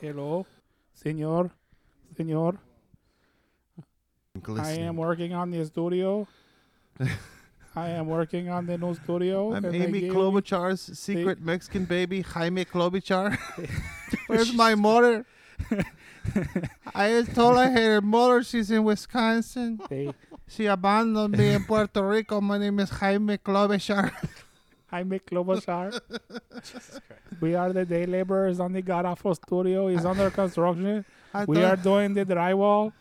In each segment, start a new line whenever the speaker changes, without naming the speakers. hello, señor, señor. I
Glistening.
am working on the studio. I am working on the new studio.
I'm
and they
Amy
gave
Klobuchar's secret Mexican baby, Jaime Klobuchar. Where's my mother? I was told I had her mother. She's in Wisconsin.
me- they-
She abandoned me in Puerto Rico. My name is Jaime Klobuchar.
Jaime Klobuchar. we are the day laborers on the Garafo studio. is under construction.
I
we are
thought,
doing the drywall.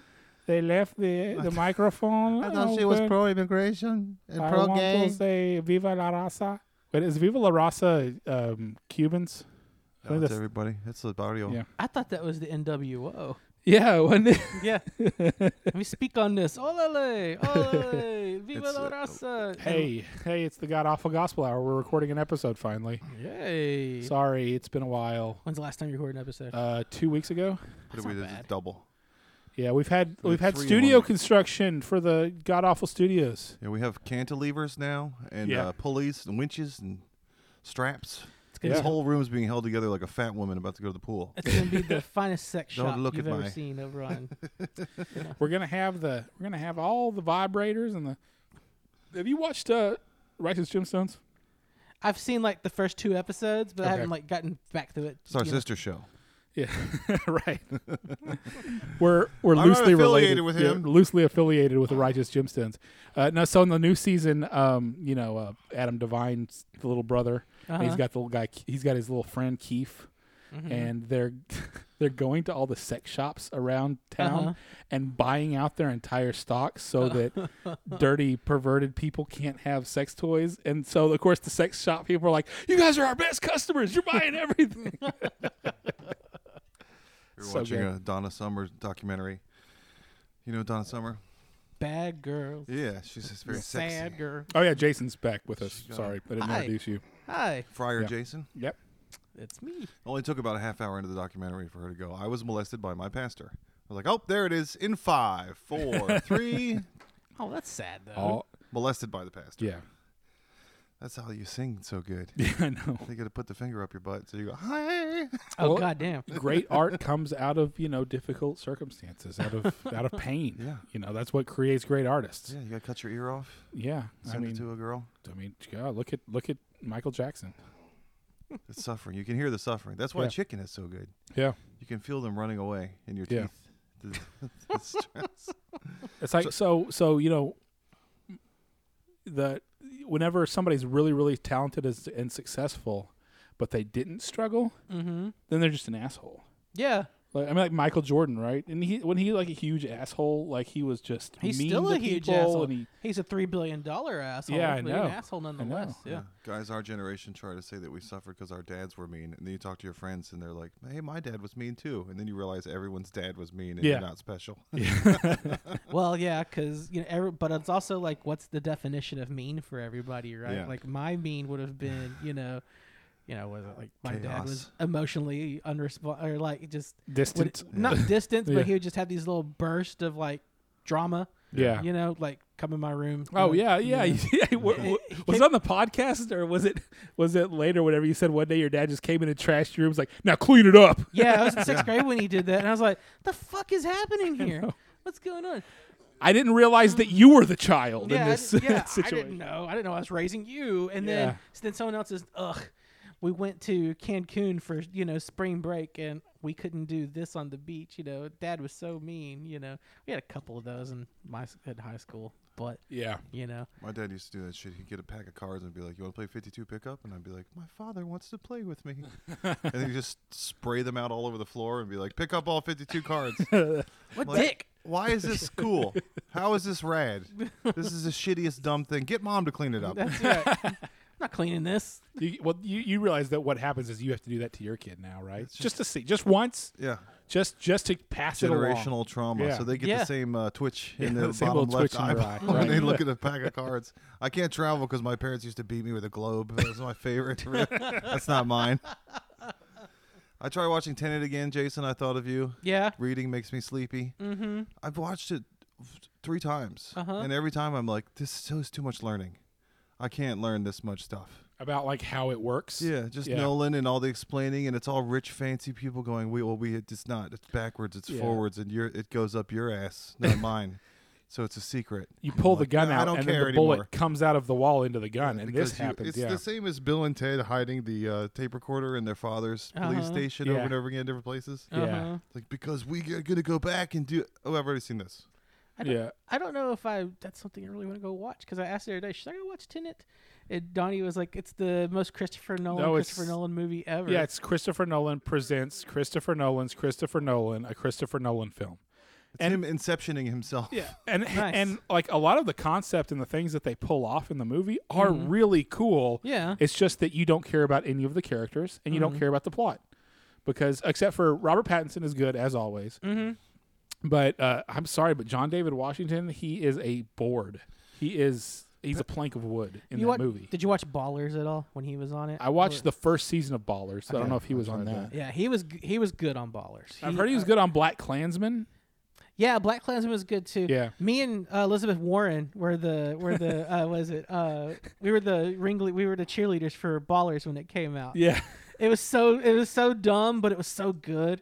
They left the, the microphone.
I thought she was
open.
pro immigration and
I
pro
want
gay.
to say Viva la Raza. Wait, is Viva la Raza um, Cubans? I think that's-
everybody. That's the barrio.
Yeah.
I thought that was the NWO.
yeah, wasn't it?
Yeah. we speak on this. Olale! Olale! Viva
It's,
la
uh,
raza! And-
Hey, hey, it's the God Awful Gospel Hour. We're recording an episode finally.
Yay!
Sorry, it's been a while.
When's the last time you recorded an episode?
Uh, two weeks ago.
That's
we
not
did is
bad.
double.
Yeah, we've had
We
we've had
had three in
studio
one week.
construction for the God Awful Studios.
Yeah, we have cantilevers now and
Yeah.
uh, pulleys and winches and straps.
it's gonna,
This
Yeah.
whole room's being held together like a fat woman about to go to the pool.
it's gonna be the finest sex
Don't
shop
look
you've
at
ever
my-
seen over on.
We're gonna have the we're gonna have all the vibrators and the. Have you watched uh, Righteous Gemstones?
I've seen like the first two episodes, but I
Okay.
haven't like gotten back to it.
It's our
you know.
sister show.
Yeah, right. we're we're
I'm not
loosely
affiliated
related
with
yeah,
him.
loosely affiliated with the Righteous Gemstones. Uh, no, so in the new season, um, you know, uh, Adam Devine's the little brother. and he's
Uh-huh.
got the little guy. He's got his little friend Keith,
Mm-hmm.
Mhm.
and they're they're going to all the sex shops around town
Uh-huh.
and buying out their entire stock so that dirty perverted people can't have sex toys. And so of course the sex shop people are like, "You guys are our best customers. You're buying everything."
We were
So
watching
good.
a Donna Summer documentary. You know Donna Summer?
Bad girls.
Yeah, she's just very
Sad
sexy.
girl.
oh yeah, Jason's back with us.
She's
Sorry, I didn't
Hi.
introduce you.
Hi,
Friar
Yeah.
Jason.
Yep.
it's me.
Only took about a half hour into the documentary for her to go. I was molested by my pastor. I was like, oh, there it is. In five, four, three.
Oh, that's sad though.
All,
molested by the pastor.
yeah.
That's how you sing so good.
Yeah, I know.
They got to put the finger up your butt. So you go, hi.
oh
Well-
goddamn.
Great art comes out of, you know, difficult circumstances, out of out of pain.
Yeah.
You know, that's what creates great artists.
Yeah, you got to cut your ear off.
Yeah,
Send
I
it
mean,
to a girl.
I mean, God, look at look at Michael Jackson.
It's suffering. You can hear the suffering. That's why
Yeah.
chicken is so good.
Yeah,
You can feel them running away in your
Yeah.
teeth. The- the stress.
it's like so, so you know, the whenever somebody's really really talented as, and successful, but they didn't struggle,
Mm-hmm.
then they're just an asshole.
Yeah,
Like, I mean, like Michael Jordan, right? And he when he like a huge asshole, like he was just
he's
mean to
still a huge
people
asshole.
and he
He's a three billion dollar asshole.
Yeah, I
but he's
know.
An asshole nonetheless. Yeah.
Guys, our generation try to say that we suffered because our dads were mean. And then you talk to your friends and they're like, hey, my dad was mean too. And then you realize everyone's dad was mean and
Yeah.
you're not special.
Well, yeah, because you know, every, but it's also like, what's the definition of mean for everybody, right?
Yeah.
Like, my mean would have been, you know, you know, was it like my dad was
Chaos.
emotionally unresponsive, or like just would-
distant.
not distance,
Yeah.
but he would just have these little bursts of like drama.
Yeah.
You know, like come in my room.
Oh
you
yeah,
know, you
yeah,
know.
yeah. W- w- was it on the podcast or was it was it later? Whenever you said one day your dad just came in and trashed your room, was like, now clean it up.
Yeah, I was in sixth grade when he did that, and I was like, "The fuck is happening here? What's going on?"
I didn't realize that you were the child
yeah,
in this
I, didn't- yeah,
situation.
I didn't know. I didn't know I was raising you. And then
Yeah.
so then someone else is ugh. We went to Cancun for you know spring break, and we couldn't do this on the beach. You know, Dad was so mean. You know, we had a couple of those in my s- in high school, but
Yeah.
you know,
My dad used to do that shit. He'd get a pack of cards and be like, you want to play 52 pickup? And I'd be like, my father wants to play with me. and then he'd just spray them out all over the floor and be like, pick up all 52 cards.
what
Like-
dick?
Why is this cool? How is this rad? This is the shittiest dumb thing. Get mom to clean it up.
That's right. I'm not cleaning this.
You, well, you, you realize that what happens is you have to do that to your kid now, right? Just,
just-
to see, just once,
Yeah.
just just to pass it along.
Generational trauma.
Yeah.
So they get
Yeah.
the same uh, twitch in
Yeah,
their
the same
bottom
little
left
twitch in their eye.
eyeball when they
Right.
look at a pack of cards. I can't travel because my parents used to beat me with a globe. That was my favorite. That's not mine. I tried watching Tenet again, Jason. I thought of you.
Yeah.
Reading makes me sleepy.
Mm-hmm.
I've watched it f- three times,
Uh-huh.
and every time I'm like, "This is too much learning. I can't learn this much stuff."
about like how it works.
Yeah, just
Yeah.
Nolan and all the explaining, and it's all rich, fancy people going, "We well, we it's not, it's backwards, it's
Yeah.
forwards, and your it goes up your ass, not mine." So it's a secret.
You pull the gun
"Nah, I
out,
don't
and
care
then the bullet
anymore."
comes out of the wall into the gun, and
Because
this
you-
happens.
It's
yeah,
the same as Bill and Ted hiding the uh, tape recorder in their father's police
Uh-huh.
station
Yeah.
over and over again, different places.
Yeah.
Uh-huh.
It's Like because we are gonna go back and do. Oh, I've already seen this.
I don't,
yeah.
I don't know if I that's something I really want to go watch because I asked the other day, should I go watch Tenet? And Donnie was like, it's the most Christopher Nolan
No, it's-
Christopher Nolan movie ever.
Yeah, it's Christopher Nolan presents Christopher Nolan's Christopher Nolan, a Christopher Nolan film.
It's
And-
him inceptioning himself.
Yeah, and
Nice.
and like a lot of the concept and the things that they pull off in the movie are
Mhm.
really cool.
yeah.
It's just that you don't care about any of the characters and you
Mhm.
don't care about the plot because except for Robert Pattinson is good as always,
Mm-hmm.
but uh, I'm sorry, but John David Washington he is a board. He is he's a plank of wood in
you
that
watch,
movie.
Did you watch Ballers at all when he was on it?
I watched the first season of Ballers. So I don't
Okay,
know if he
I
was on
tried
that.
that.
Yeah, he was g- he was good on Ballers.
I've
He- uh,
heard he was good on Black Klansman.
Yeah, Black Klansman was good too.
Yeah.
Me and uh, Elizabeth Warren were the were the uh, was it uh, we were the ringlead we were the cheerleaders for Ballers when it came out.
Yeah.
It was so it was so dumb, but it was so good.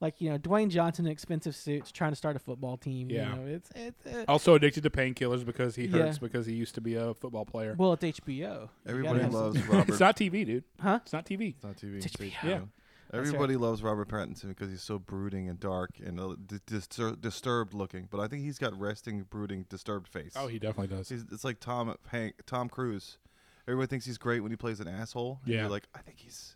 Like you know, Dwayne Johnson in expensive suits trying to start a football team.
Yeah. Oh.
You know, it's it's uh,
Also addicted to painkillers because he
Yeah.
hurts because he used to be a football player.
well, it's HBO. You gotta
Everybody
have some-
loves Robert.
It's not TV, dude.
Huh?
It's not TV.
It's not TV.
It's
it's
HBO.
Yeah.
HBO. Everybody loves Robert Pattinson because he's so brooding and dark and uh, d- distur- disturbed looking. But I think he's got resting, brooding, disturbed face.
Oh, he definitely does.
he's, it's like Tom Hank, Tom Cruise. Everybody thinks he's great when he plays an asshole. and
Yeah.
you're like I think he's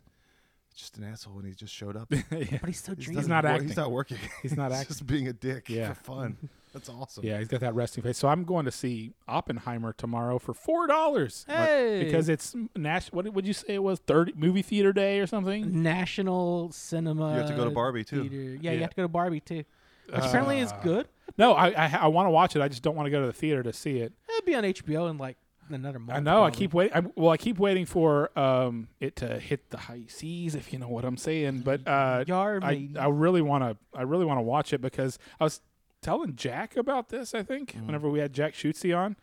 just an asshole and he just showed up.
Yeah.
But he's so
He's
dreamy.
He's not
wor-
acting.
He's not working.
He's not
He's
acting.
Just being a dick
Yeah.
for fun. That's awesome.
Yeah, he's got that resting face. So I'm going to see Oppenheimer tomorrow for four dollars
hey,
because it's Nash. What would you say it was? Thirty movie theater day or something?
national cinema.
You have to go to Barbie too.
theater. Yeah, you
Yeah.
have to go to Barbie too. Which apparently is
Uh,
good.
No, I I, I want to watch it. I just don't want to go to the theater to see it.
It'll be on HBO in like another month.
I know. I
probably.
keep waiting. I- Well, I keep waiting for um it to hit the high seas, if you know what I'm saying. But uh,
Yar,
I,
matey.
I really want to I really want to watch it because I was telling Jack about this I think whenever we had Jack Schutze on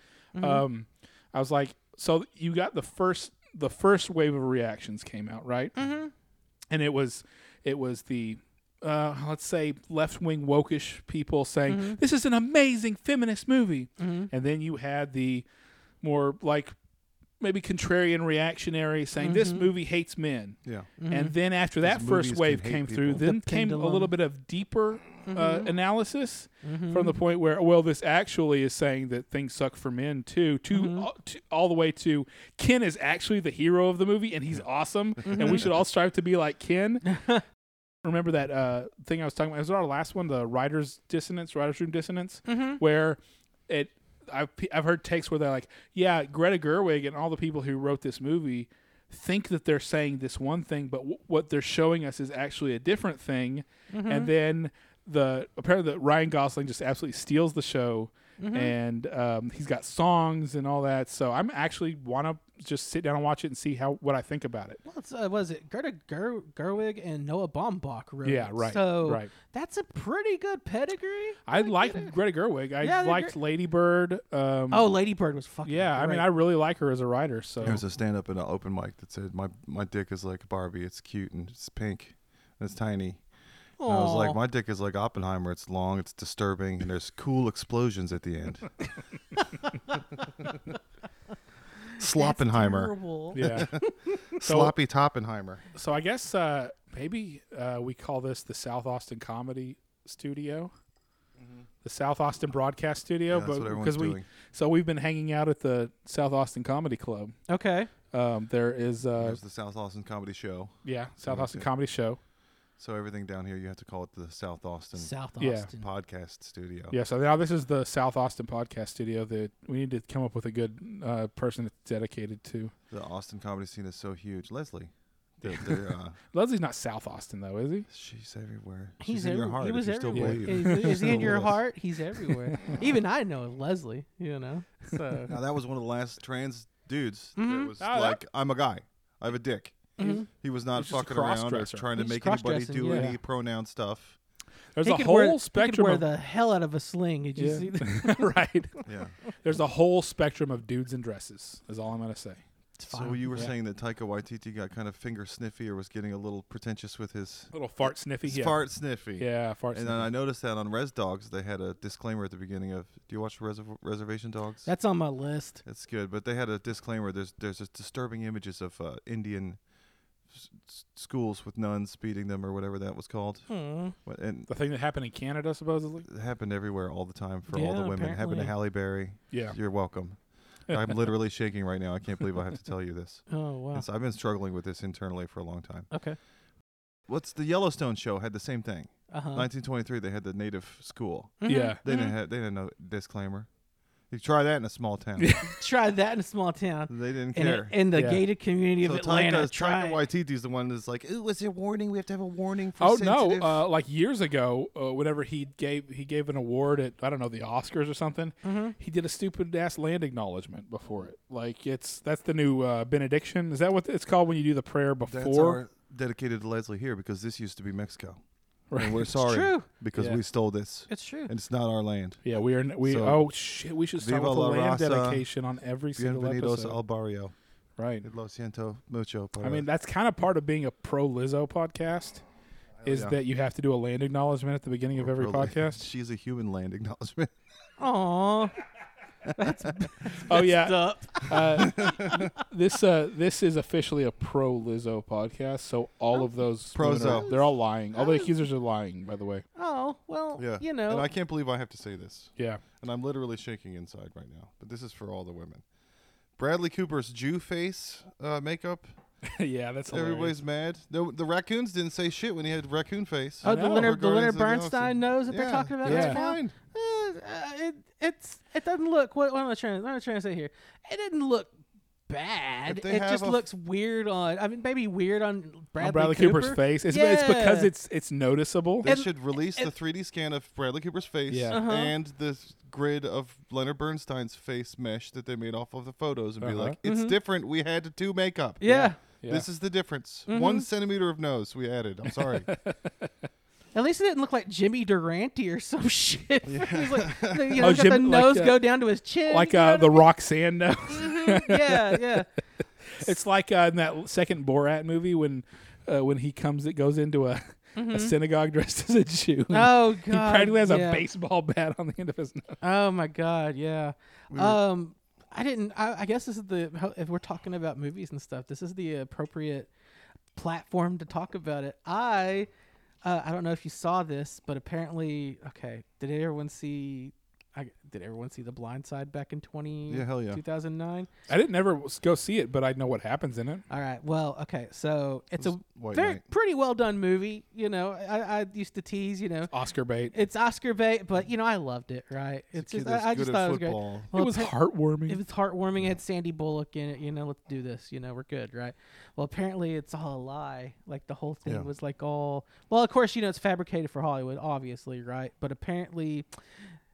um I was like so you got the first the first wave of reactions came out right mm-hmm. and it was it was the uh, let's say left wing wokish people saying this is an amazing feminist movie and then you had the more like maybe contrarian reactionary saying this movie hates men
Yeah.
and then after that
These
first
movies
wave
can hate
came through,
people.
then
Mm-hmm. The
came a
pendulum. Mm-hmm.
little bit of deeper uh, analysis from the point where, well, this actually is saying that things suck for men too, to,
Mm-hmm.
all, to all the way to Ken is actually the hero of the movie and he's awesome,
Mm-hmm.
and we should all strive to be like Ken. Remember that uh, thing I was talking about? It was our last one, the writer's dissonance, writer's room dissonance,
Mm-hmm.
where it. I've, pe- I've heard takes where they're like, yeah, Greta Gerwig and all the people who wrote this movie think that they're saying this one thing, but w- what they're showing us is actually a different thing.
Mm-hmm.
And then the apparently the Ryan Gosling just absolutely steals the show,
Mm-hmm.
and um, he's got songs and all that. So I'm actually want to just sit down and watch it and see how what I think about it.
Well, it's, uh, was it Gerda Ger- Gerwig and Noah Baumbach wrote?
Yeah,
it.
right,
So
right.
that's a pretty good pedigree.
I liked Greta Gerwig. I
Yeah, they're
liked Lady Bird.
Mm.
Um,
Oh, Lady Bird was fucking.
yeah. I mean,
great.
I really like her as a writer. So
There was a stand up in an open mic that said, "My my dick is like Barbie. It's cute and it's pink, and it's tiny." And I was
Aw.
like, "My dick is like Oppenheimer. It's long, it's disturbing, and there's cool explosions at the end."
That's
Sloppenheimer,
terrible.
yeah.
sloppy Toppenheimer.
So I guess uh, maybe uh, we call this the South Austin Comedy Studio, the South Austin Broadcast Studio,
Mm-hmm. Yeah, that's
but
what everyone's
because we
doing.
so we've been hanging out at the South Austin Comedy Club.
Okay.
Um, there is uh,
There's the South Austin Comedy Show.
yeah South
Okay.
Austin Comedy Show.
So everything down here, you have to call it the South Austin
South
Yeah.
Austin.
Podcast Studio.
Yeah, so now this is the South Austin Podcast Studio that we need to come up with a good uh, person that's dedicated to.
The Austin comedy scene is so huge. Leslie, the, the, uh,
Leslie's not South Austin though, is he?
she's everywhere.
He's
she's in your
every-
heart.
He
if
was
you still
everywhere.
believe.
Is,
She's
is he
still
in your
with us.
heart? He's everywhere. Even I know of Leslie. You know. So
Now that was one of the last trans dudes
Mhm.
that was
Ah, that-
like, "I'm a guy. I have a dick."
Mhm.
He was not
He's just a
fucking around or
cross-dresser.
trying to
He's
make anybody
cross-dressing,
do
yeah.
any pronoun stuff.
There's
he
a
could
whole
wear, he could
spectrum
wear
of
the hell out of a sling. Did you
Yeah.
see that?
right.
Yeah,
There's a whole spectrum of dudes in dresses. Is all I'm gonna say.
It's fine.
So you were
Yeah.
saying that Taika Waititi got kind of finger sniffy or was getting a little pretentious with his,
Little fart sniffy.
his
Yeah.
fart sniffy.
Yeah, fart
And then
sniffy.
I noticed that on Res Dogs, they had a disclaimer at the beginning of. Do you watch Reserv- Reservation Dogs?
That's on my list.
It's good, but they had a disclaimer. There's there's just disturbing images of uh, Indian s- s- schools with nuns beating them or whatever that was called,
Hmm.
Aw.
What- and
the thing that happened in Canada, supposedly.
it happened everywhere all the time for all the
Yeah,
women. It happened to
apparently.
Halle Berry.
Yeah.
You're welcome. I'm literally shaking right now. I can't believe I have to tell you this.
Oh wow.
And so I've been struggling with this internally for a long time.
Okay.
What's the Yellowstone show had the same thing.
Uh
Uh-huh.
huh.
1923, they had the native school.
Yeah.
They didn't have they didn't know disclaimer. You try that in a small town.
Yeah.
Try that in a small town.
they didn't
In,
care.
a, in the
Yeah.
gated community of
so
Atlanta.
Taika,
try
Taika
it.
Waititi's the one that's like, "Ooh, was there a warning? We have to have a warning for
Oh no!
sensitive."
Uh, like years ago, uh, whenever he gave he gave an award at I don't know the Oscars or something,
Mm-hmm.
he did a stupid ass land acknowledgement before it. Like it's that's the new uh, benediction. Is that what it's called when you do the prayer
that's
before?
our dedicated to Leslie here because this used to be Mexico,
Right.
and we're sorry
true.
because
Yeah.
we stole this,
It's true.
and it's not our land.
Yeah, we are. n- We
So,
oh shit! We should start
Viva
with a
la
land
raza.
dedication on every single
Bienvenidos
episode.
al barrio.
Right.
Lo siento mucho. para-
I mean, that's kind of part of being a pro Lizzo podcast, is
yeah.
that you have to do a land acknowledgement at the beginning of every
Probably.
podcast.
She's a human land acknowledgement.
Aw.
oh yeah,
Up.
uh, this uh, this is officially a pro Lizzo podcast. So all of those
Pro
women are-
Zo.
they're all lying. All the accusers are lying. By the way,
Oh well.
Yeah.
You know.
And I can't believe I have to say this.
yeah.
And I'm literally shaking inside right now. But this is for all the women. Bradley Cooper's Jew face uh, makeup.
yeah, that's
Everybody's mad. The, the raccoons didn't say shit when he had raccoon face.
oh,
I
the
know,
Leonard, the
Guardians
Leonard
of the Galaxy.
Bernstein knows that
Yeah,
they're talking about
yeah.
right
It's
now.
fine.
Uh, uh, it, it's it doesn't look. What, what am I trying? What am I trying to say here? It didn't look bad.
If they
It
have
just
a f-
looks weird on. I mean, maybe weird on Bradley,
On Bradley
Cooper.
Cooper's face. It's, it's because
Yeah.
it's it's noticeable.
They
And-
should release
and-
the 3D scan of Bradley Cooper's face
Yeah. Uh-huh.
and the s- grid of Leonard Bernstein's face mesh that they made off of the photos and be
Uh-huh.
like, it's different. We had to do makeup.
Mm-hmm. Yeah. Mm-hmm.
Yeah.
This is the difference. One centimeter of nose we added. I'm sorry.
At least it didn't look like Jimmy Durante or some shit. He's like, you
Oh,
know, he's got the
Jim- like,
nose
uh,
go down to his chin.
like
you know
uh,
what I
the Roxanne nose.
mean? yeah, yeah.
it's like uh, in that second Borat movie when uh, when he comes it goes into a, a synagogue dressed as a Jew.
Mm-hmm. Oh god.
he practically has
yeah.
a baseball bat on the end of his nose.
Oh my god, yeah. Um, I didn't. I, I guess this is the ho- if we're talking about movies and stuff. This is the appropriate platform to talk about it. I, uh, I don't know if you saw this, but apparently, okay. Did everyone see? I, did everyone see The Blind Side back in twenty?
Yeah, hell yeah.
Two thousand nine.
I didn't ever s- go see it, but I know what happens in it.
All right. Well, okay. So it's a
White
very
Knight.
pretty well done movie. You know, I, I used to tease. You know,
Oscar bait.
it's Oscar bait, but you know, I loved it. Right? It's,
Kid
just
that's
I, I
good
just
at
thought it was great.
football.
it was heartwarming.
It was heartwarming. It had Sandy Bullock in it. You know, let's do this. You know, we're good, right? Well, apparently it's all a lie. Like the whole thing
Yeah.
was like all. Well, of course, you know it's fabricated for Hollywood, obviously, right? But apparently,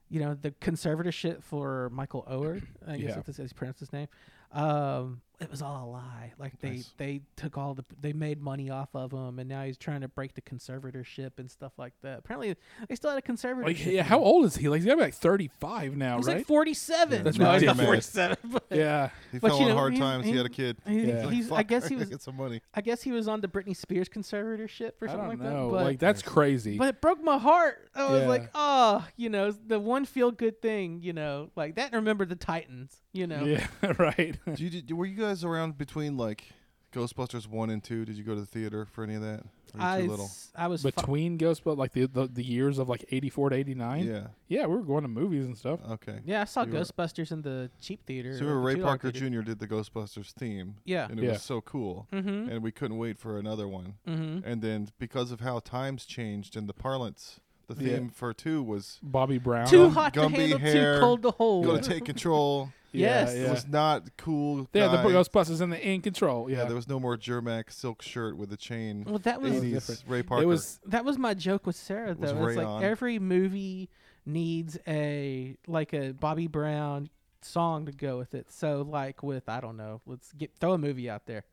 you know, the conservatorship for Michael Ower, I guess
Yeah.
what this is pronounced his name. Um, it was all a lie. Like they
Nice.
they took all the they made money off of him, and now he's trying to break the conservatorship and stuff like that. Apparently, they still had a conservatorship.
Like, Oh, yeah, how old is he? Like, he's got to be like 35 now,
He's
right?
like forty-seven.
That's
no, he's not
ridiculous.
forty-seven. But
yeah.
He
But
fell
you
on
know,
hard
he-
times. He
he-
had a kid.
He-
Yeah.
Like,
he's, I
"Fuck,
guess he
gotta
was.
Get some money.
I guess he was on the Britney Spears conservatorship or
I
something
don't
like
know.
that. But,
like, that's crazy.
but it broke my heart. I was
Yeah.
like, oh, you know, the one feel good thing, you know, like that. And remember the Titans, you know.
yeah, right.
Do you, did, were you guys around between like Ghostbusters one and two? Did you go to the theater for any of that? Or
I,
were you too little.
s- I was fi-
Between Ghostbusters, like the, the the years of like 84 to 89.
Yeah.
Yeah, we were going to movies and stuff.
Uh,
Okay.
yeah, I saw
you were-
Ghostbusters in the cheap theater. uh,
So we
or
were
the
Ray
$2
Parker
theater.
Jr. did the Ghostbusters theme.
Yeah.
And it
Yeah.
was so cool.
Mm-hmm.
And we couldn't wait for another one.
Mm-hmm.
And then because of how times changed and the parlance, the
Yeah.
theme for two was
Bobby Brown.
Too
Gum-
hot to
Gumby
handle,
hair,
too cold to hold.
going to take control.
Yeah,
yes.
It was not cool.
Yeah, the
guy.
Ghostbusters and the In Control.
Yeah,
Yeah.
there was no more Germac silk shirt with a chain.
Well, that was
80s Ray Parker.
it was
that was my joke with Sarah
was
though. It's like
Rayon.
every movie needs a like a Bobby Brown song to go with it. So like with I don't know, let's get throw a movie out there.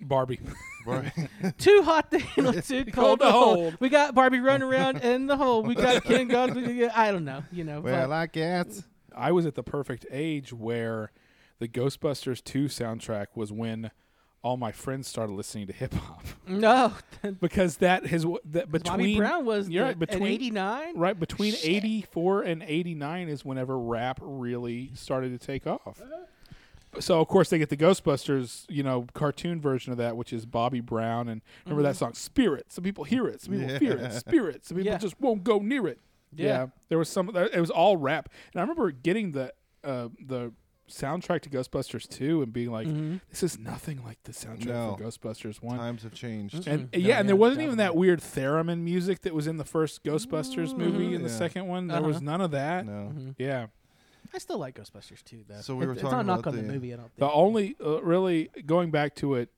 Barbie.
Right.
Too hot to handle, too cold to
to
hold.
hold.
We got Barbie running around in the hole. We got Ken Guns. I don't know, you know.
well,
but-
I guess.
I was at the perfect age where the Ghostbusters 2 soundtrack was when all my friends started listening to hip hop
No,
because that has wh- that between
Bobby Brown was
you're
the,
right, between-
'89.
right between
Shit.
84 and 89 is whenever rap really started to take off. So of course they get the Ghostbusters, you know, cartoon version of that, which is Bobby Brown, and remember that song "Spirit." Some people hear it, some people fear it.
Yeah.
Spirit, some people
Mm-hmm. Yeah.
just won't go near it.
Yeah.
there was some. It was all rap, and I remember getting the uh, the soundtrack to Ghostbusters two and being
Mm-hmm.
like, "This is nothing like the soundtrack
No.
for Ghostbusters one."
Times have
And
changed.
Mm,
yeah,
no,
and
yeah,
there wasn't even that weird theremin music that was in the first Ghostbusters movie and the
Yeah.
second one. There
Mm. Uh-huh.
was none of that.
No.
Yeah.
I still like Ghostbusters too, though.
So we were
it's
talking
not a knock
about
on the
the-
movie. I don't think.
The only uh, really going back to it,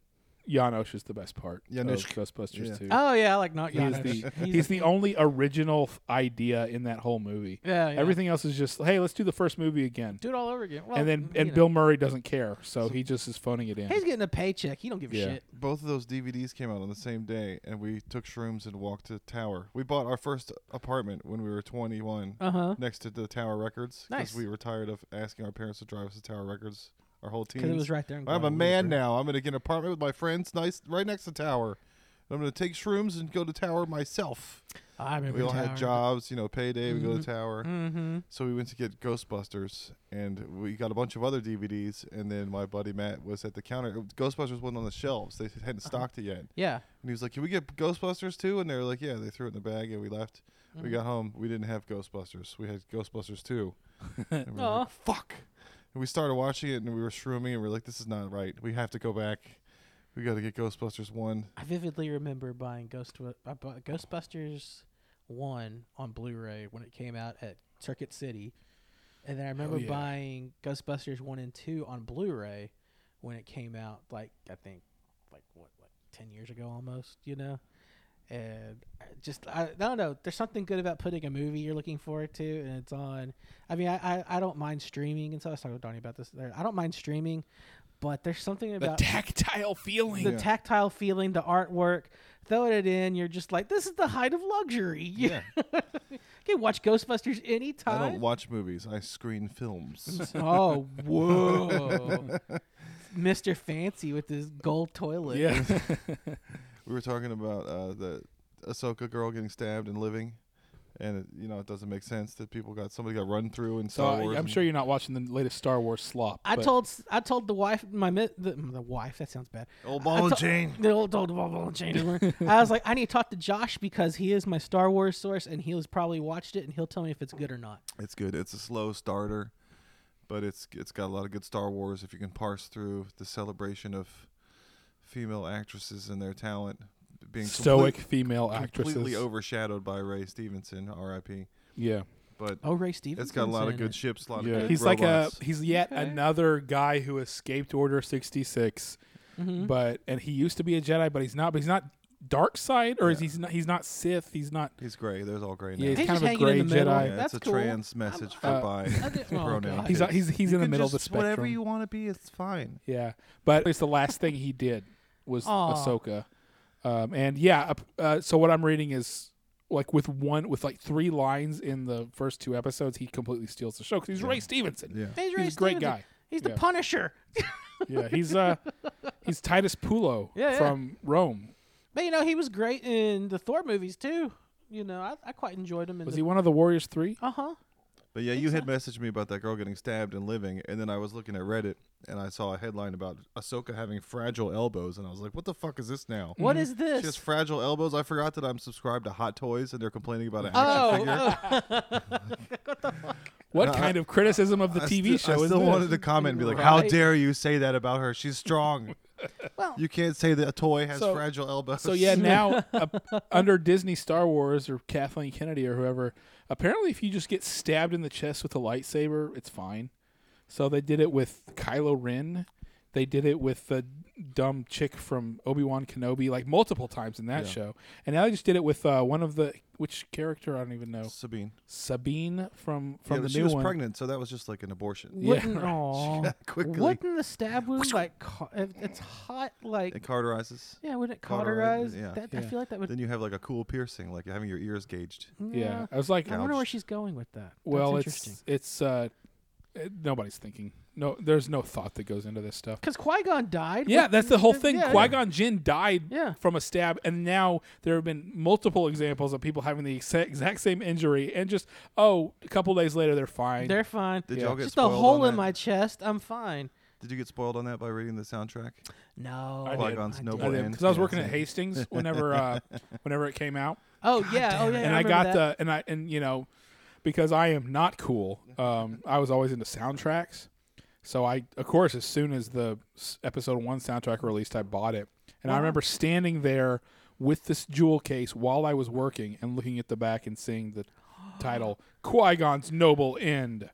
Janosch is the best part
Janosch.
of Ghostbusters
Yeah.
2.
oh yeah, I like not
He is
Giannis.
the he's the only original f- idea in that whole movie.
yeah, yeah.
Everything else is just hey, let's do the first movie again.
Do it all over again. Well,
and then
mm, you
and
know.
Bill Murray doesn't care, so, he just is phoning it in.
he's getting a paycheck. He don't give a
Yeah.
shit.
Both of those DVDs came out on the same day, and we took shrooms and walked to Tower. We bought our first apartment when we were 21,
Uh huh.
next to the Tower Records,
Nice.
we were tired of asking our parents to drive us to Tower Records. Our whole team.
Because it was right there.
I'm
In
a
Guadalupe,
man
right?
now. I'm gonna get an apartment with my friends, nice, right next to Tower. And I'm gonna take shrooms and go to Tower myself.
I remember.
We all
Tower.
had jobs, you know, payday. We go to Tower.
Mm-hmm.
So we went to get Ghostbusters, and we got a bunch of other DVDs. And then my buddy Matt was at the counter. Ghostbusters wasn't on the shelves; they
Uh-huh.
hadn't stocked it yet. And
Yeah.
he was like, "Can we get Ghostbusters too?" And they were like, "Yeah." They threw it in the bag, and we left.
Mm-hmm.
We got home. We didn't have Ghostbusters. We had Ghostbusters two. and we were
Aw.
like, "Fuck!" And we started watching it, and we were shrooming, and we are like, "This is not right. We have to go back. We got to get Ghostbusters one."
I vividly remember buying Ghost I bought Ghostbusters one on Blu-ray when it came out at Circuit City, and then I remember
yeah.
buying Ghostbusters one and two on Blu-ray when it came out. Like I think, like what, like ten years ago almost, you know. And I just I, I don't know. There's something good about putting a movie you're looking forward to, and it's on. I mean, I I, I don't mind streaming, and so I was talking to Donnie about this. There, I don't mind streaming, but there's something
the
about
tactile feeling.
the tactile feeling, the artwork. Throw it in, you're just like, this is the height of luxury. You
Yeah.
can watch Ghostbusters
I
anytime.
don't watch movies. I screen films.
oh, whoa. Mr. Fancy with his gold toilet.
yeah.
we were talking about uh, the Ahsoka girl getting stabbed and living. And it, you know it doesn't make sense that people got somebody got run through in
so
Star
I,
Wars.
am
and-
sure you're not watching the latest Star Wars slop.
I
but-
told s- I told the wife my mi- the, the wife that sounds bad
Old
I
ball and
to-
chain.
the old old ball, ball and chain is wearing- I was like I need to talk to Josh because he is my Star Wars source and he has probably watched it and he'll tell me if it's good or not
It's good. It's a slow starter, but it's it's got a lot of good Star Wars. If you can parse through the celebration of female actresses and their talent being
stoic
complete-
female actresses.
completely overshadowed by Ray Stevenson, R.I.P.
yeah,
But
oh Ray Stevens
it's got a lot of good ships, a lot of
yeah.
good
He's
robots.
like a he's yet
Okay.
another guy who escaped Order sixty six, but and he used to be a Jedi, but he's not. But he's not dark side, or is
Yeah.
he's not? He's not Sith. He's not.
he's gray. There's all gray now.
Yeah, he's,
He's
kind of
just
a
hanging
gray
in the middle.
Jedi.
Yeah, it's
That's
a
cool.
trans message for
Uh,
bi
oh,
pronoun.
God.
He's
It's-
he's he's
you
in the
can
middle of the
just-
spectrum.
Whatever you want to be, it's fine.
Yeah, but it's the last thing he did was
Aw.
Ahsoka, um, and yeah. ap- Uh, so what I'm reading is like with one with like three lines in the first two episodes, he completely steals the show because he's Ray Stevenson.
Yeah.
He's, Ray
He's a great
Stevenson.
guy.
He's the
Yeah.
Punisher.
Yeah, he's uh, he's Titus Pulo
Yeah, yeah.
from Rome.
But you know, he was great in the Thor movies too. You know, I, I quite enjoyed him. In
Was
the,
he Mm-hmm. one of the Warriors Three?
Uh huh.
But yeah, you had messaged me about that girl getting stabbed and living, and then I was looking at Reddit and I saw a headline about Ahsoka having fragile elbows, and I was like, "What the fuck is this now?"
What is
She has
this?
fragile elbows. I forgot that I'm subscribed to Hot Toys, and they're complaining about an action
Oh,
figure.
oh.
What
No, I-
kind of criticism of the
I
TV
sti-
show
I
is
still
this?
wanted to comment and be like, "How
Right.
dare you say that about her? She's strong.
well,
You can't say that a toy has
So-
fragile elbows."
So yeah, now uh, under Disney Star Wars or Kathleen Kennedy or whoever, apparently if you just get stabbed in the chest with a lightsaber, it's fine. So they did it with Kylo Ren. They did it with the dumb chick from Obi Wan Kenobi like multiple times in that
Yeah.
show, and now they just did it with uh, one of the which character I don't even know
Sabine,
Sabine from
yeah,
from
but
the
she
new
was
one.
pregnant, so that was just like an abortion.
Yeah,
wouldn't aw,
Quickly.
wouldn't the stab wound like ca- if it's hot
It
like
cauterizes.
yeah? Would it
cauterize-
cauterize?
yeah.
That, I
Yeah.
feel like that would.
Then you have like a cool piercing, like having your ears gauged.
Mm,
Yeah, I was like,
I wonder
Ouch.
where she's going with that.
well,
That's
it's it's uh, Uh, nobody's thinking. No, there's no thought that goes into this stuff.
Because Qui Gon died.
Yeah,
with-
that's the whole thing.
yeah,
Qui Gon Jinn died
Yeah.
from a stab, and now there have been multiple examples of people having the exa- exact same injury, and just oh, a couple days later they're fine.
They're fine.
Did
Yeah.
y'all get
Just a
spoiled
hole
on
in
that?
my chest. I'm fine.
Did you get spoiled on that by reading the soundtrack?
No.
I
Qui
did.
Gon's
I
noble
I
end.
because Uh, I was
Yeah,
working at
same.
Hastings whenever uh, whenever it came out,
Oh yeah. Oh
and
yeah.
I,
remember
got
that.
the and I and you know because I am not cool. Um, I was always into soundtracks, so I of course as soon as the s- episode one soundtrack released, I bought it, and I
Wow.
remember standing there with this jewel case while I was working and looking at the back and seeing the title Qui Gon's Noble End.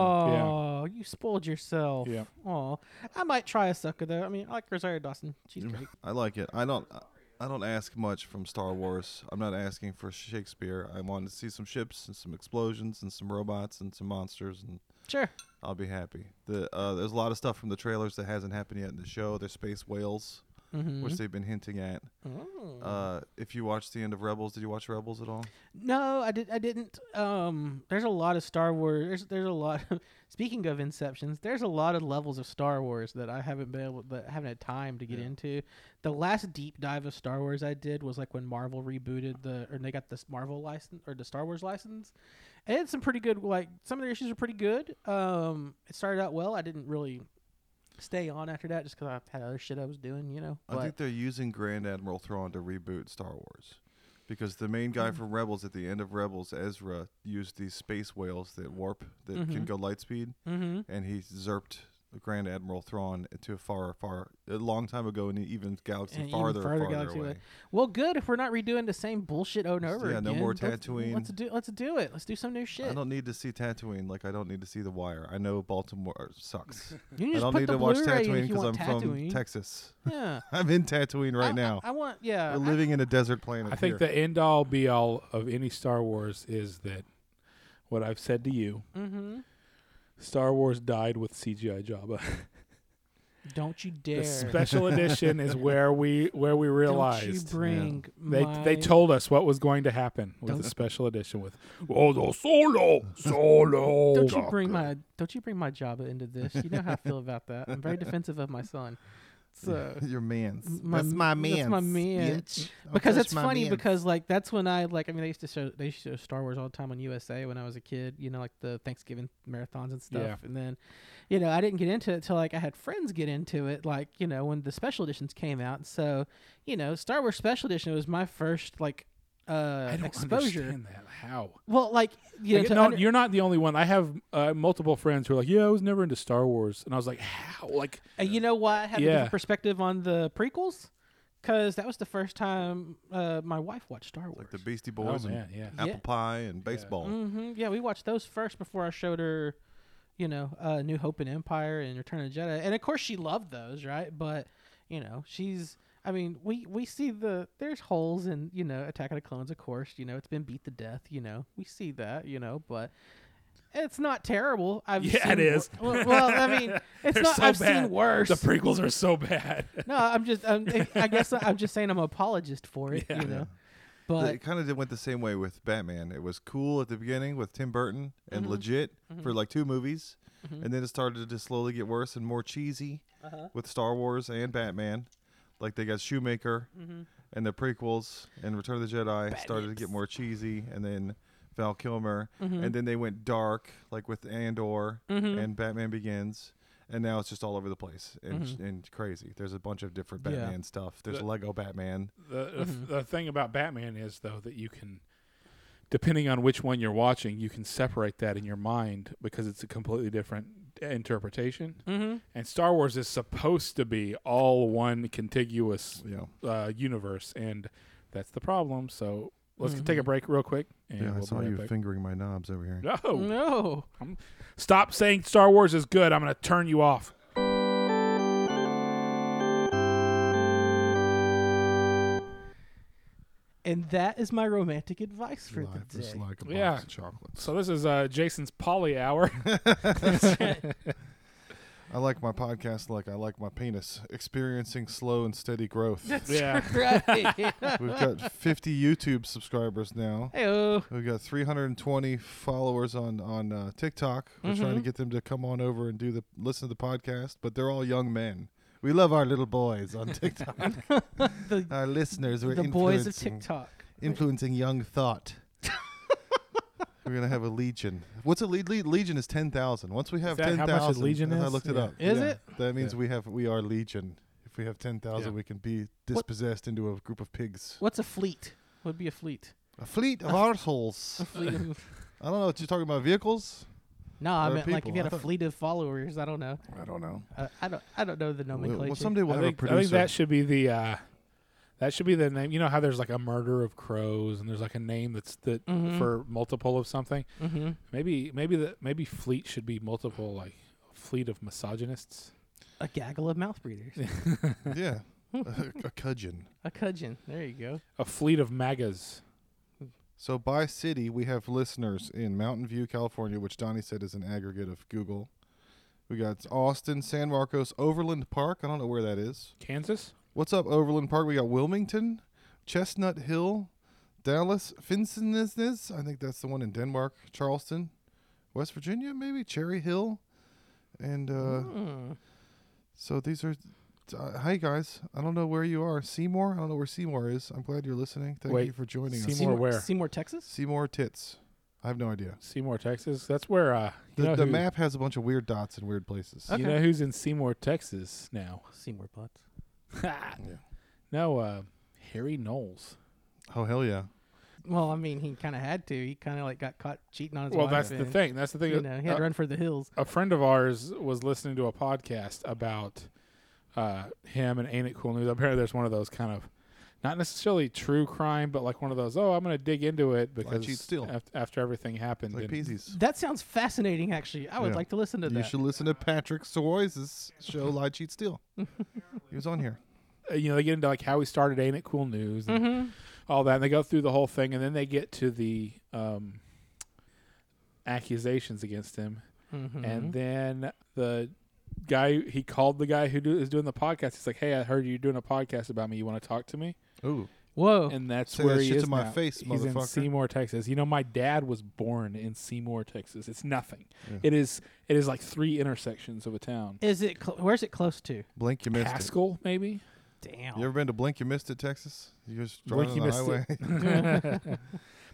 Oh, you spoiled yourself.
Yeah.
Oh, I might try a sucker though. I mean, I like Rosario Dawson. She's great.
I like it. I don't. I don't ask much from Star Wars. I'm not asking for Shakespeare. I want to see some ships and some explosions and some robots and some monsters, and
Sure.
I'll be happy. The uh, there's a lot of stuff from the trailers that hasn't happened yet in the show. There's space whales,
Mm-hmm.
which they've been hinting at.
Oh.
Uh, if you watched the end of Rebels, did you watch Rebels at all?
No, I did. I didn't. Um, there's a lot of Star Wars. There's there's a lot. speaking of Inceptions, there's a lot of levels of Star Wars that I haven't been able, that I haven't had time to get into. The last deep dive of Star Wars I did was like when Marvel rebooted the, or they got this Marvel license or the Star Wars license. And it's some pretty good. Like some of their issues are pretty good. Um, it started out well. I didn't really stay on after that just because I had other shit I was doing. You know.
I
But
think they're using Grand Admiral Thrawn to reboot Star Wars. Because the main
Mm-hmm.
guy from Rebels at the end of Rebels, Ezra, used these space whales that warp, that
Mm-hmm.
can go light speed,
Mhm.
and he zerped Grand Admiral Thrawn to a far, far, a long time ago, and even galaxy
And even
farther,
further
farther
galaxy
away.
away. Well, good if we're not redoing the same bullshit over and over
Yeah,
again.
no more
Let's-
Tatooine.
Let's, do let's do it. Let's do some new shit.
I don't need to see Tatooine like I don't need to see The Wire. I know Baltimore uh, sucks.
you can
I
just
don't
put
need
the
to watch
Blu-ray
Tatooine
in if you
because I'm
want
from
Tatooine.
Texas.
yeah.
I'm in Tatooine
I-
right
I-
now.
I, want yeah.
We're
I-
living in a desert planet.
I think
Oh, here.
the end all be all of any Star Wars is that what I've said to you.
mhm.
Star Wars died with CGI Jabba.
Don't you dare.
The special edition is where we where we
don't you
realized
bring
they
my,
they told us what was going to happen with
Don't-
the special edition with oh the solo solo.
Don't you bring my uh, don't you bring my Jabba into this? You know how I feel about that. I'm very defensive of my son. So
your man's.
my-
that's my man's.
that's my man.
bitch. Don't
because
touch
it's
my
funny
mans.
because like that's when I like I mean they used to show they used to show Star Wars all the time on USA when I was a kid you know like the Thanksgiving marathons and stuff
Yeah.
and then you know I didn't get into it till like I had friends get into it like you know when the special editions came out so you know Star Wars special edition was my first like uh
I don't
exposure
understand that. How?
well like you know,
Like,
to
no,
under-
you're not the only one. I have uh, multiple friends who are like, "Yeah, I was never into Star Wars," and I was like, "How?" Like,
Uh, you know why I had a
Yeah.
different perspective on the prequels because that was the first time uh, my wife watched Star Wars
like the Beastie
oh
Boys and
man, yeah.
apple
Yeah.
pie and baseball.
hmm Yeah, we watched those first before I showed her, you know, uh, New Hope and Empire and Return of the Jedi, and of course she loved those, right? But you know, she's. I mean, we we see the there's holes in you know Attack of the Clones, of course. You know, it's been beat to death. You know, we see that. You know, but. It's not terrible. I've
Yeah, it
seen wor-
is.
Well, well, I mean, it's
They're
not.
so
I've
bad.
seen worse.
The prequels are so bad.
no, I'm just. I'm, I guess I'm just saying I'm an apologist for it.
Yeah.
You know,
Th-
but
it kind of went the same way with Batman. It was cool at the beginning with Tim Burton and
Mm-hmm.
legit for like two movies, and then it started to slowly get worse and more cheesy
Uh-huh.
with Star Wars and Batman. Like they got Shoemaker
Mm-hmm.
and the prequels and Return of the Jedi started to get more cheesy, and then Val Kilmer,
Mm-hmm.
and then they went dark like with Andor and Batman Begins. And now it's just all over the place and, and crazy. There's a bunch of different
Mm-hmm. Yeah.
Batman stuff. There's
The-
Lego Batman.
the, the th- the thing about Batman is though that you can, depending on which one you're watching, you can separate that in your mind because it's a completely different interpretation.
mm-hmm.
And Star Wars is supposed to be all one contiguous
You know,
uh, universe, and that's the problem. So let's take a break real quick. And
yeah, I
we'll be
saw
right
you
back.
fingering my knobs over here.
no,
Mm-hmm. no.
stop saying Star Wars is good. I'm going to turn you off.
And that is my romantic advice for the day.
like
box Yeah. of
chocolates.
So this is uh, Jason's Polly Hour.
I like my podcast like I like my penis, experiencing slow and steady growth.
Yeah.
right.
We've got 50 YouTube subscribers now.
Hey,
We've got 320 followers on on uh, TikTok. We're
Mm-hmm.
trying to get them to come on over and do the listen to the podcast, but they're all young men. We love our little boys on TikTok.
the,
our listeners, we're
the boys of
influencing-
TikTok.
influencing young thought. We're gonna have a legion. What's a lead? legion is ten thousand. Once we have
that
ten
how much a
thousand,
legion
I
is?
looked it
Yeah.
up.
Is it?
That means
Yeah.
we have we are legion. If we have ten thousand,
Yeah.
we can be dispossessed into a group of pigs.
What's a fleet? Would be a fleet.
A fleet of arseholes.
A fleet of
I don't know. You're talking about vehicles?
no, I
Or
meant like if
people,
you
I
had a
thought-
fleet of followers. I don't know.
I don't know.
Uh, I don't. I don't know the
Well,
nomenclature.
well, someday we'll
I
have
think,
a
I
producer.
think that should be the uh, that should be the name. You know how there's like a murder of crows and there's like a name that's that
Mhm.
for multiple of something.
hmm
Maybe maybe the maybe fleet should be multiple like fleet of misogynists.
A gaggle of mouth breeders.
yeah, a, a cudgeon.
a cudgeon. There you go.
A fleet of magas.
So by city, we have listeners in Mountain View, California, which Donnie said is an aggregate of Google. We got Austin, San Marcos, Overland Park. I don't know where that is.
Kansas?
What's up, Overland Park? We got Wilmington, Chestnut Hill, Dallas, Finnsnes. I think that's the one in Denmark. Charleston, West Virginia, maybe Cherry Hill, and uh,
Hmm.
so these are. Uh, hi guys, I don't know where you are. Seymour, I don't know where Seymour is. I'm glad you're listening. Thank
Wait,
you for joining us.
Seymour where?
Seymour, Texas.
Seymour tits. I have no idea.
Seymour, Texas. That's where uh you
The,
know
the
who-
map has a bunch of weird dots in weird places.
You know who's in Seymour, Texas now?
Seymour Butts.
No, uh, Harry Knowles.
Oh hell yeah!
Well, I mean, he kind of had to. He kind of like got caught cheating on his
Well,
wife.
that's the
and,
thing. That's the thing.
You know, he had
Uh,
to run for the hills.
a friend of ours was listening to a podcast about uh, him and Ain't It Cool News. Apparently, there's one of those kind of not necessarily true crime, but like one of those. Oh, I'm going to dig into it because
cheat still.
af- after everything happened,
It's like
and-
peasies.
That sounds fascinating. Actually, I would
Yeah.
like to listen to
You
that.
should listen to Patrick Soroy's show "Lie, Cheat, Steal." he was on here.
uh, you know they get into like how he started Ain't It Cool News and
Mhm.
all that, and they go through the whole thing, and then they get to the um, accusations against him,
Mhm.
and then the guy he called the guy who do, is doing the podcast. He's like, "Hey, I heard you're doing a podcast about me. You want to talk to me?"
Ooh,
whoa,
and that's
Say that
where he
shit
is
to my
now.
face,
He's in
motherfucker.
Seymour, Texas. You know, my dad was born in Seymour, Texas. It's nothing.
Yeah.
It is. It is like three intersections of a town.
is it? Cl- where's it close to?
blink you missed it.
Haskell, maybe.
Damn.
You ever been to Blink You Missed It, Texas? You just driving
Blink
on the
You
highway.
Missed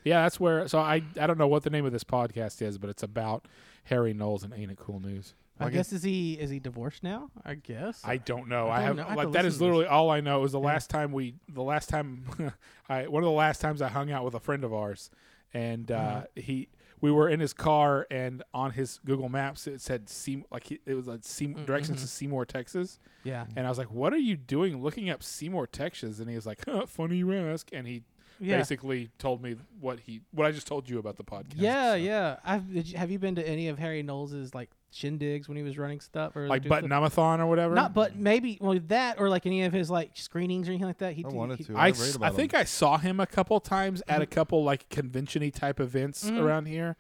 Yeah, that's where. So I, I don't know what the name of this podcast is, but it's about Harry Knowles and Ain't It Cool News.
I,
I
guess is he is he divorced now? I guess.
I don't know. I,
I don't
have
know. I have to
like that
listen
is
to
literally all I know. It was the
Yeah.
last time we, the last time, I one of the last times I hung out with a friend of ours, and uh,
Uh-huh.
he we were in his car and on his Google Maps it said Seam like he- it was like Seam
Mm,
directions
mm-hmm.
to Seymour, Texas,
yeah.
and I was like, what are you doing looking up Seymour, Texas? And he was like, huh, funny you ask, and he
Yeah.
basically told me what he what I just told you about the podcast.
yeah,
so.
yeah. I've did you, have you been to any of Harry Knowles's like shindigs when he was running stuff or
Like
doing
button
stuff?
umathon or whatever.
Not but maybe well that or like any of his like screenings or anything like that. He
I
he-
wanted
he-
to.
I,
read
s- I
about
think
them.
I saw him a couple times at a couple like convention y type events around here,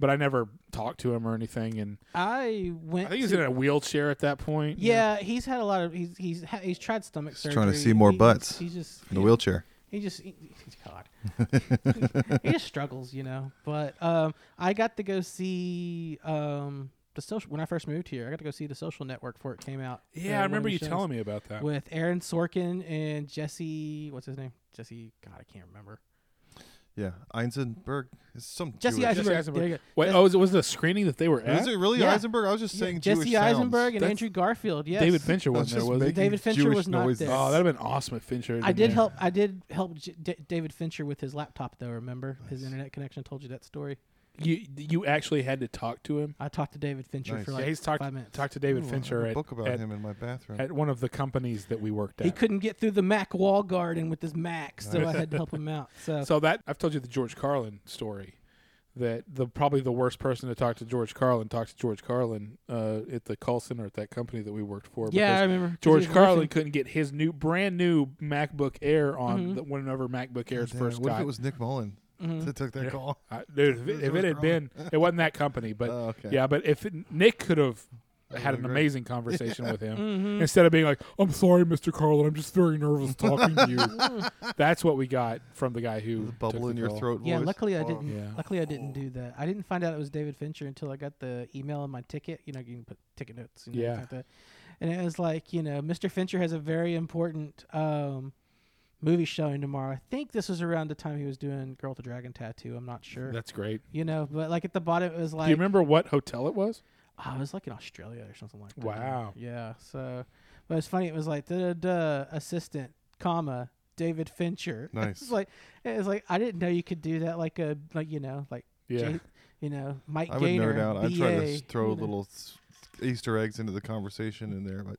but I never talked to him or anything. And
I went.
I think he's
to-
in a wheelchair at that point. you know?
Yeah, he's had a lot of he's he's ha- he's tried stomach
He's
surgery.
trying to see more
He-
butts
He's, he's just
in the wheelchair.
He just he, he's- God. he just struggles, you know. But um, I got to go see um the social when I first moved here. I got to go see the Social Network before it came out.
Yeah, I remember you telling me about that.
with Aaron Sorkin and Jesse. What's his name? Jesse. God, I can't remember.
Yeah, Eisenberg is some
Jesse
Jewish.
Jesse
Eisenberg.
Eisenberg.
There you go.
Wait,
Jesse-
oh, was it, was it a screening that they were at?
Is it really
Yeah.
Eisenberg? I was just
Yeah,
saying
Jesse
Jewish
Eisenberg and
sounds.
Andrew Garfield. Yes,
David Fincher
I was
wasn't there,
just
was
making
it?
David Fincher
Jewish
was not
noises.
there.
Oh, that'd have been awesome if Fincher. had
I
been
did
there.
help. I did help J- D- David Fincher with his laptop, though. Remember his internet connection? I told you that story.
You you actually had to talk to him.
I talked to David Fincher
Nice.
for
Yeah,
like
yeah, he's talked
five minutes.
talked to David
Ooh, I have
Fincher
a
at,
book about
at,
him in my bathroom.
at one of the companies that we worked at.
He couldn't get through the Mac wall garden with his Mac, so I had to help him out. So,
So that I've told you the George Carlin story. That the probably the worst person to talk to George Carlin talked to George Carlin uh, at the call center at that company that we worked for.
yeah, I
because
remember 'cause he
George
was
Carlin
riffing.
couldn't get his new brand new MacBook Air on
Mhm.
the, whenever MacBook Air's
Damn,
first
what if
got.
it was Nick Mullen
Mhm.
that took that
Yeah.
call?
I- dude, if, it- if it
George
had been, it wasn't that company, but
oh, okay.
yeah, but if it, Nick could have had an
agree.
amazing conversation with him
Mhm.
instead of being like, "I'm sorry, Mr. Carlin, I'm just very nervous talking to you." That's what we got from the guy who
The
took
bubble
the
in your
call.
throat.
Yeah,
voice.
luckily I
Oh.
didn't.
Yeah.
Luckily I didn't do that. I didn't find out it was David Fincher until I got the email on my ticket. You know, you can put ticket notes. You know, things
Yeah.
Like that. And it was like, you know, Mr. Fincher has a very important um, movie showing tomorrow. I think this was around the time he was doing Girl with the Dragon Tattoo. I'm not sure.
That's great.
you know, but like at the bottom it was like
Do you remember what hotel it was?
Oh, it was like in Australia or something like that.
Wow.
Yeah. So, but it's funny. It was like da da da assistant, comma David Fincher.
Nice.
it's like it's like I didn't know you could do that. Like a like you know like
Yeah.
J- you know Mike
I would
Gaynor.
nerd out. I'd
BA,
try to s- throw
you know.
little s- Easter eggs into the conversation in there. But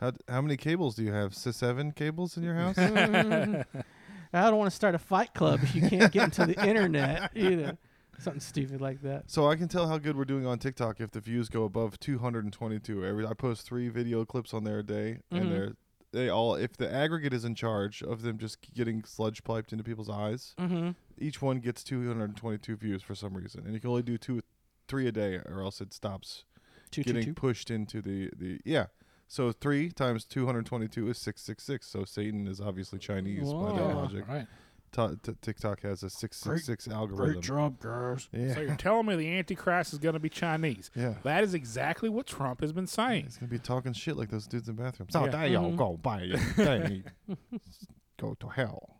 how d- how many cables do you have? Seven cables in your house? Mm-hmm.
I don't want to start a fight club if you can't get into the internet. You know, something stupid like that.
so I can tell how good we're doing on TikTok if the views go above 222. Every I post three video clips on there a day,
Mhm.
and they're they all if the aggregate is in charge of them just getting sludge piped into people's eyes,
Mm-hmm.
each one gets 222 views for some reason, and you can only do two, three a day, or else it stops
Two, two,
getting
two.
pushed into the the yeah. So three times two hundred twenty-two is six six six. So Satan is obviously Chinese by
Yeah.
that
Wow.
logic.
All right.
Ta- t- TikTok has a six
Great-
six six algorithm.
job, guys.
Yeah,
So you're telling me the Antichrist is going to be Chinese?
yeah.
That is exactly what Trump has been saying.
He's gonna be talking shit like those dudes in bathrooms.
Yeah. Mm-hmm.
Oh, they all
Mhm.
go by your day. go to hell.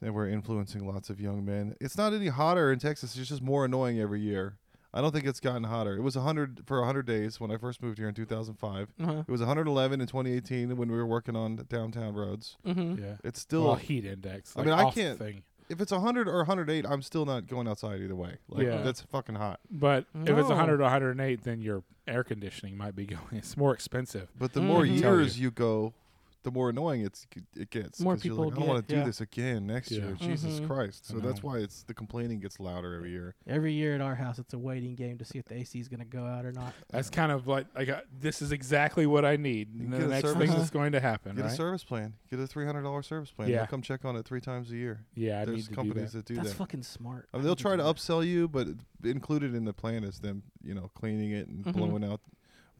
And we're influencing lots of young men. It's not any hotter in Texas. It's just more annoying every year. I don't think it's gotten hotter. It was 100 for 100 days when I first moved here in 2005.
Uh-huh.
It was 111 in 2018 when we were working on downtown roads.
Mm-hmm.
Yeah.
It's
Still
still
heat index.
I
like,
mean, I
off the
can't-
Thing.
if it's 100 or 108, I'm still not going outside either way. Like
Yeah.
that's fucking hot.
But if it's
No.
100 or 108, then your air conditioning might be going. It's more expensive.
But the more
Mhm.
Tell
years you. go, the more annoying it's it gets.
More
'cause you're
people
like, I don't
get-
want to do
yeah.
this again next
Yeah. Mm-hmm.
year. Jesus
Mhm.
Christ. So
I
that's
know.
why it's the complaining gets louder every year.
Every year at our house, it's a waiting game to see if the AC is going to go out or not.
That's kind of like I got. This is exactly what I need.
You
And
get
the
a
next
service-
thing that's going to happen,
Get a
right?
service plan. Get a $300 service plan.
Yeah.
They'll come check on it 3 times a year.
yeah, I
There's
need to do
companies
that.
that. do
That's
that.
fucking smart.
I mean, they'll
think
try to
it's-
upsell you, but it- included in the plan is them, you know, cleaning it and
Mhm.
blowing out,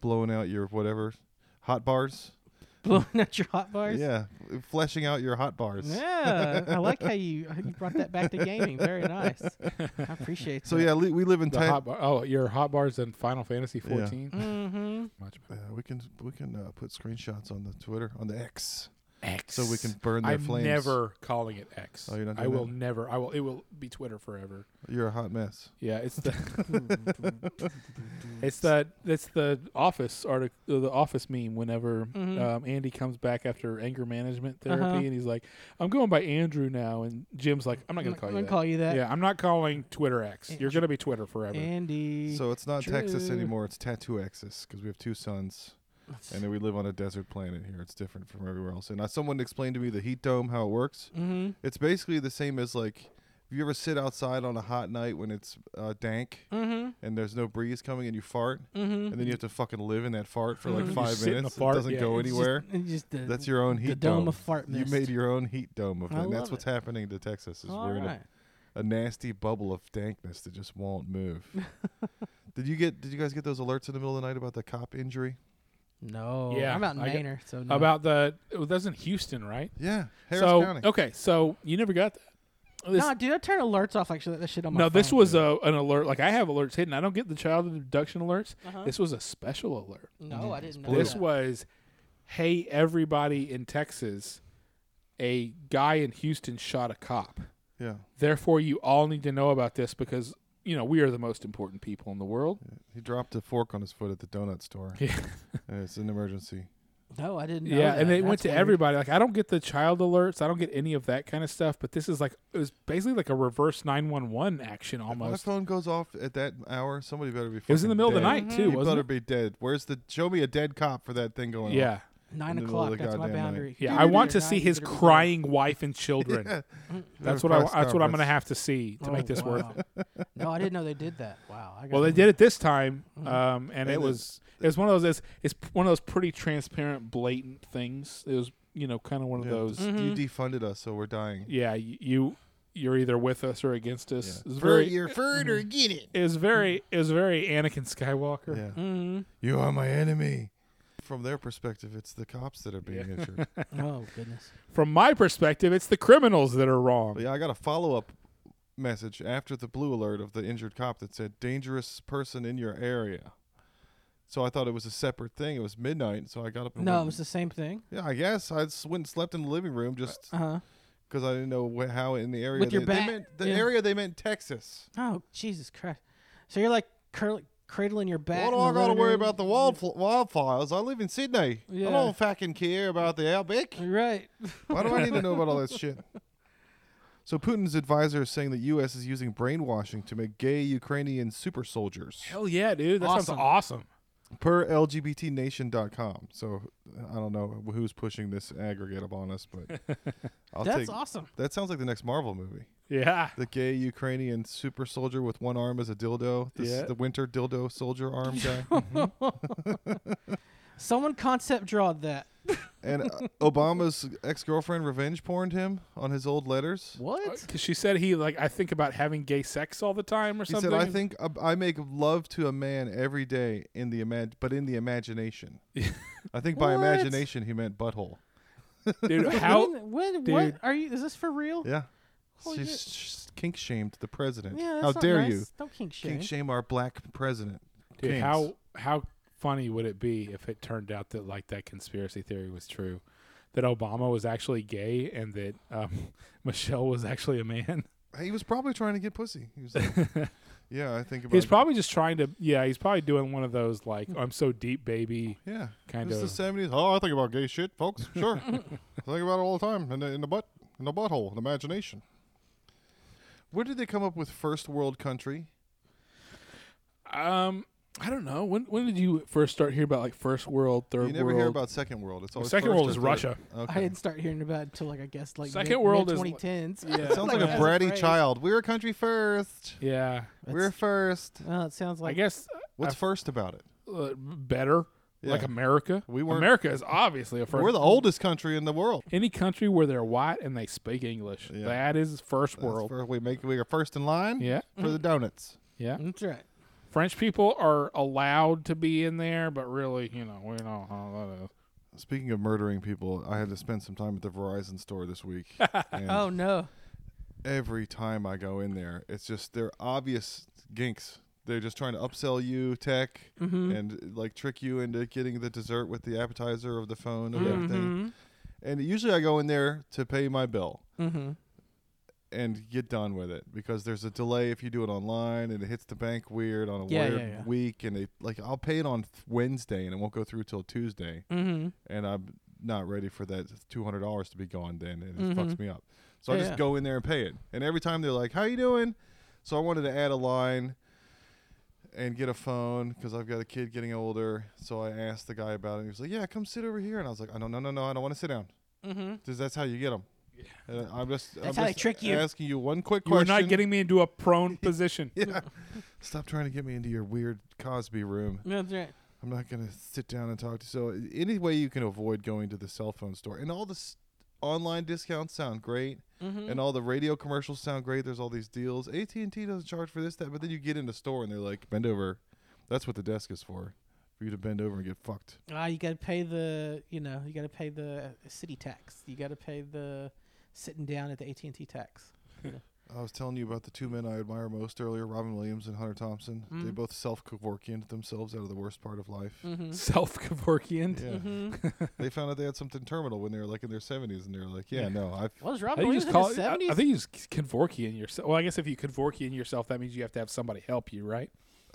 blowing out your whatever, hot bars.
blowing out your hot bars.
Yeah, fleshing out your hot bars.
Yeah, I like how you how you brought that back to gaming. Very nice. I appreciate.
So yeah, li- we live in
The
ten.
hot bar, oh, your hot bars in Final Fantasy
Yeah.
14.
Mm-hmm.
Much better.
Uh, we can we can uh, put screenshots on the Twitter on the X,
X.
so we can burn their
I'm
flames.
never calling it X.
Oh, you're not
I
doing
will
that?
never. I will. It will be Twitter forever.
You're a hot mess.
Yeah, it's the it's that it's the office article, the office meme. Whenever
Mhm.
um, Andy comes back after anger management therapy,
Uh-huh.
and he's like, "I'm going by Andrew now," and Jim's like, "I'm not going to call you that." Yeah, I'm not calling Twitter X. You're going to be Twitter forever.
Andy.
So it's not Texas
True.
anymore. It's Tattoo Exis because we have two sons, and then we live on a desert planet here. It's different from everywhere else. And uh, someone explained to me the heat dome how it works.
mm-hmm.
It's basically the same as like if you ever sit outside on a hot night when it's uh, dank
Mm-hmm.
and there's no breeze coming and you fart,
Mm-hmm.
and then you have to fucking live in that fart for like
Mhm. You
five
sit in a
minutes.
fart,
it doesn't
yeah.
go
It's
anywhere.
Just, it's just the,
That's your own
the
heat
dome of fart
You
mist.
made your own heat dome of it.
I
and
love
that's what's
it.
happening to Texas. Is
All
we're in a,
right.
a nasty bubble of dankness that just won't move. did you get? Did you guys get those alerts in the middle of the night about the cop injury?
No.
Yeah,
I'm out in
I got-
Manor, so no.
About the oh, that's in Houston, right?
Yeah, Harris
so oh.
County.
okay, so you never got that. This-
No, dude, I turn alerts off. Actually, that shit on my.
no, this
phone.
was uh, a, an alert. Like I have alerts hidden. I don't get the child abduction alerts.
Uh-huh.
This was a special alert.
No, I didn't know.
This
that.
was, hey, everybody in Texas, a guy in Houston shot a cop.
Yeah,
Therefore, you all need to know about this because, you know, we are the most important people in the world.
he dropped a fork on his foot at the donut store.
Yeah.
and it's an emergency.
No, I didn't. know
yeah. And
that.
it went
That's
to
weird.
everybody. Like, I don't get the child alerts, I don't get any of that kind of stuff, but this is like, it was basically like a reverse 911 action
If my
almost.
phone goes off at that hour. Somebody better be.
It was in the
fucking
middle of the
dead.
night, too,
You
wasn't
better
it?
be dead. Where's the? Show me a dead cop for that thing going
Yeah.
Nine
in the middle of
o'clock.
the
That's my
goddamn night.
boundary.
Yeah.
You
I
better
want
be
to
nine,
see
you
his
better be gone.
crying wife and children.
on. Yeah.
That's
At a
what I.
press
That's what I'm going to
conference.
have to see to
Oh,
make this worth
wow. no, I didn't know they did that. Wow. I
Well, they
gotta-
did it this time,
Mhm.
um, and
And
it
the-
was it was one of those. It's, it's p- one of those pretty transparent, blatant things. It was you know kind of one of
Yeah,
Mm.
those. Mm-hmm.
just- You defunded us, so we're dying.
Yeah, y- you you're either with us or against us. It's
For
very
your fur or get it.
is very is very Anakin Skywalker.
Yeah.
Mm.
You are my enemy. From their perspective, it's the cops that are being injured.
Oh goodness.
From my perspective, it's the criminals that are wrong.
yeah, I got a follow up message after the blue alert of the injured cop that said dangerous person in your area. So I thought it was a separate thing. It was midnight, so I got up. and
No,
went-
it was the same thing.
yeah, I guess I just went and slept in the living room just
Uh huh.
because I didn't know wh- how in the area.
With your
they, they
back,
meant, the
yeah.
area they meant Texas.
Oh Jesus Christ! So you're like curl- cradling your back.
What do
in
I
the
got to
living
worry
room?
about the wild wildfires? I live in Sydney.
Yeah.
I don't fucking care about the outback.
Right.
Why do I need to know about all that shit? So Putin's advisor is saying the U.S. is using brainwashing to make gay Ukrainian super soldiers
Hell yeah, dude. That
Awesome.
sounds awesome.
per LGBTNation.com. So I don't know who's pushing this aggregate upon us, but I'll
That's
take.
awesome.
That sounds like the next Marvel movie.
Yeah.
The gay Ukrainian super soldier with one arm as a dildo. This
Yeah.
is the winter dildo soldier arm guy.
Someone concept drawed that.
and uh, Obama's ex-girlfriend revenge porned him on his old letters.
What?
Because Uh, she said he like I think about having gay sex all the time or
He
something.
said, "I think uh, I make love to a man every day in the imag- but in the imagination. I think by
What?
imagination he meant butthole.
dude, how
When? when
Dude.
what are you? Is this for real?
Yeah,
Holy
she's sh- kink shamed the president.
Yeah, that's
How
not
dare
nice.
you
Don't kink shame.
kink shame our black president?
dude,
Kinks.
how how funny would it be if it turned out that like that conspiracy theory was true, that Obama was actually gay and that um, Michelle was actually a man.
He was probably trying to get pussy. He was like, yeah, I think about.
He's probably just trying to yeah. He's probably doing one of those like I'm so deep, baby.
yeah.
kind
It's the
of-
seventies. Oh, I think about gay shit, folks. Sure, I think about it all the time in the, in the butt, in the butthole, in imagination. Where did they come up with first world country?
Um, I don't know. When when did you first start hearing about like first world, third
you never
world?
hear about second world. It's always
second
first
world
or
is
third.
Russia.
Okay.
I didn't start hearing about it until like I guess like
Second
mid,
world
mid
is-
2010s.
Yeah.
It sounds like a
Yeah.
bratty
Phrase.
child. We're a country first.
yeah,
We're first.
Well, Oh, it sounds
I
like
guess
What's first about it?
uh, better. Like
Yeah.
America,
We weren't-
America is obviously a first.
We're the oldest country in the world.
any country where they're white and they speak English.
Yeah.
That is first
That's
world.
where we make we are first in line
Yeah,
for the donuts.
yeah.
that's right.
French people are allowed to be in there, but really, you know, we don't know that is.
Speaking of murdering people, I had to spend some time at the Verizon store this week. and
Oh no.
every time I go in there, it's just they're obvious ginks. They're just trying to upsell you tech and like trick you into getting the dessert with the appetizer of the phone and everything. And usually I go in there to pay my bill
Mm-hmm.
and get done with it because there's a delay if you do it online and it hits the bank weird on a
Yeah,
weird
yeah, yeah.
week and they like I'll pay it on th- Wednesday and it won't go through till Tuesday
Mm-hmm.
and I'm not ready for that two hundred dollars to be gone then and it
Mhm.
fucks me up. So I
Yeah.
just go in there and pay it. And every time they're like, "How you doing?" So I wanted to add a line and get a phone because I've got a kid getting older. So I asked the guy about it. and He was like, "Yeah, come sit over here." And I was like, "Oh no, no, no, no! I don't want to sit down.
Mm-hmm.
Because that's how you get them." And I'm just
That's
I'm
how they
just
trick you.
Asking you one quick
You are
question.
not getting me into a prone position.
Yeah. Stop trying to get me into your weird Cosby room.
That's right.
I'm not gonna sit down and talk to. So any way you can avoid going to the cell phone store, and all the s- online discounts sound great,
Mm-hmm.
and all the radio commercials sound great. There's all these deals. AT and T doesn't charge for this, that, but then you get in the store and they're like, bend over. That's what the desk is for, for you to bend over and get fucked.
Ah, you gotta pay the you know you gotta pay the city tax. You gotta pay the sitting down at the AT and T tax.
I was telling you about the two men I admire most earlier, Robin Williams and Hunter Thompson. They
Mhm.
both self Kevorkianed themselves out of the worst part of life.
Mm-hmm.
Self Kevorkian.
Yeah.
Mm-hmm.
they found out they had something terminal when they were like in their 70s, and they were like, yeah, no, I've
What was
I think
Robin
you
Williams
just
in
call
the
it, I,
seventies?
I think you just Kevorkian yourself. Well, I guess if you Kevorkian yourself, that means you have to have somebody help you, right?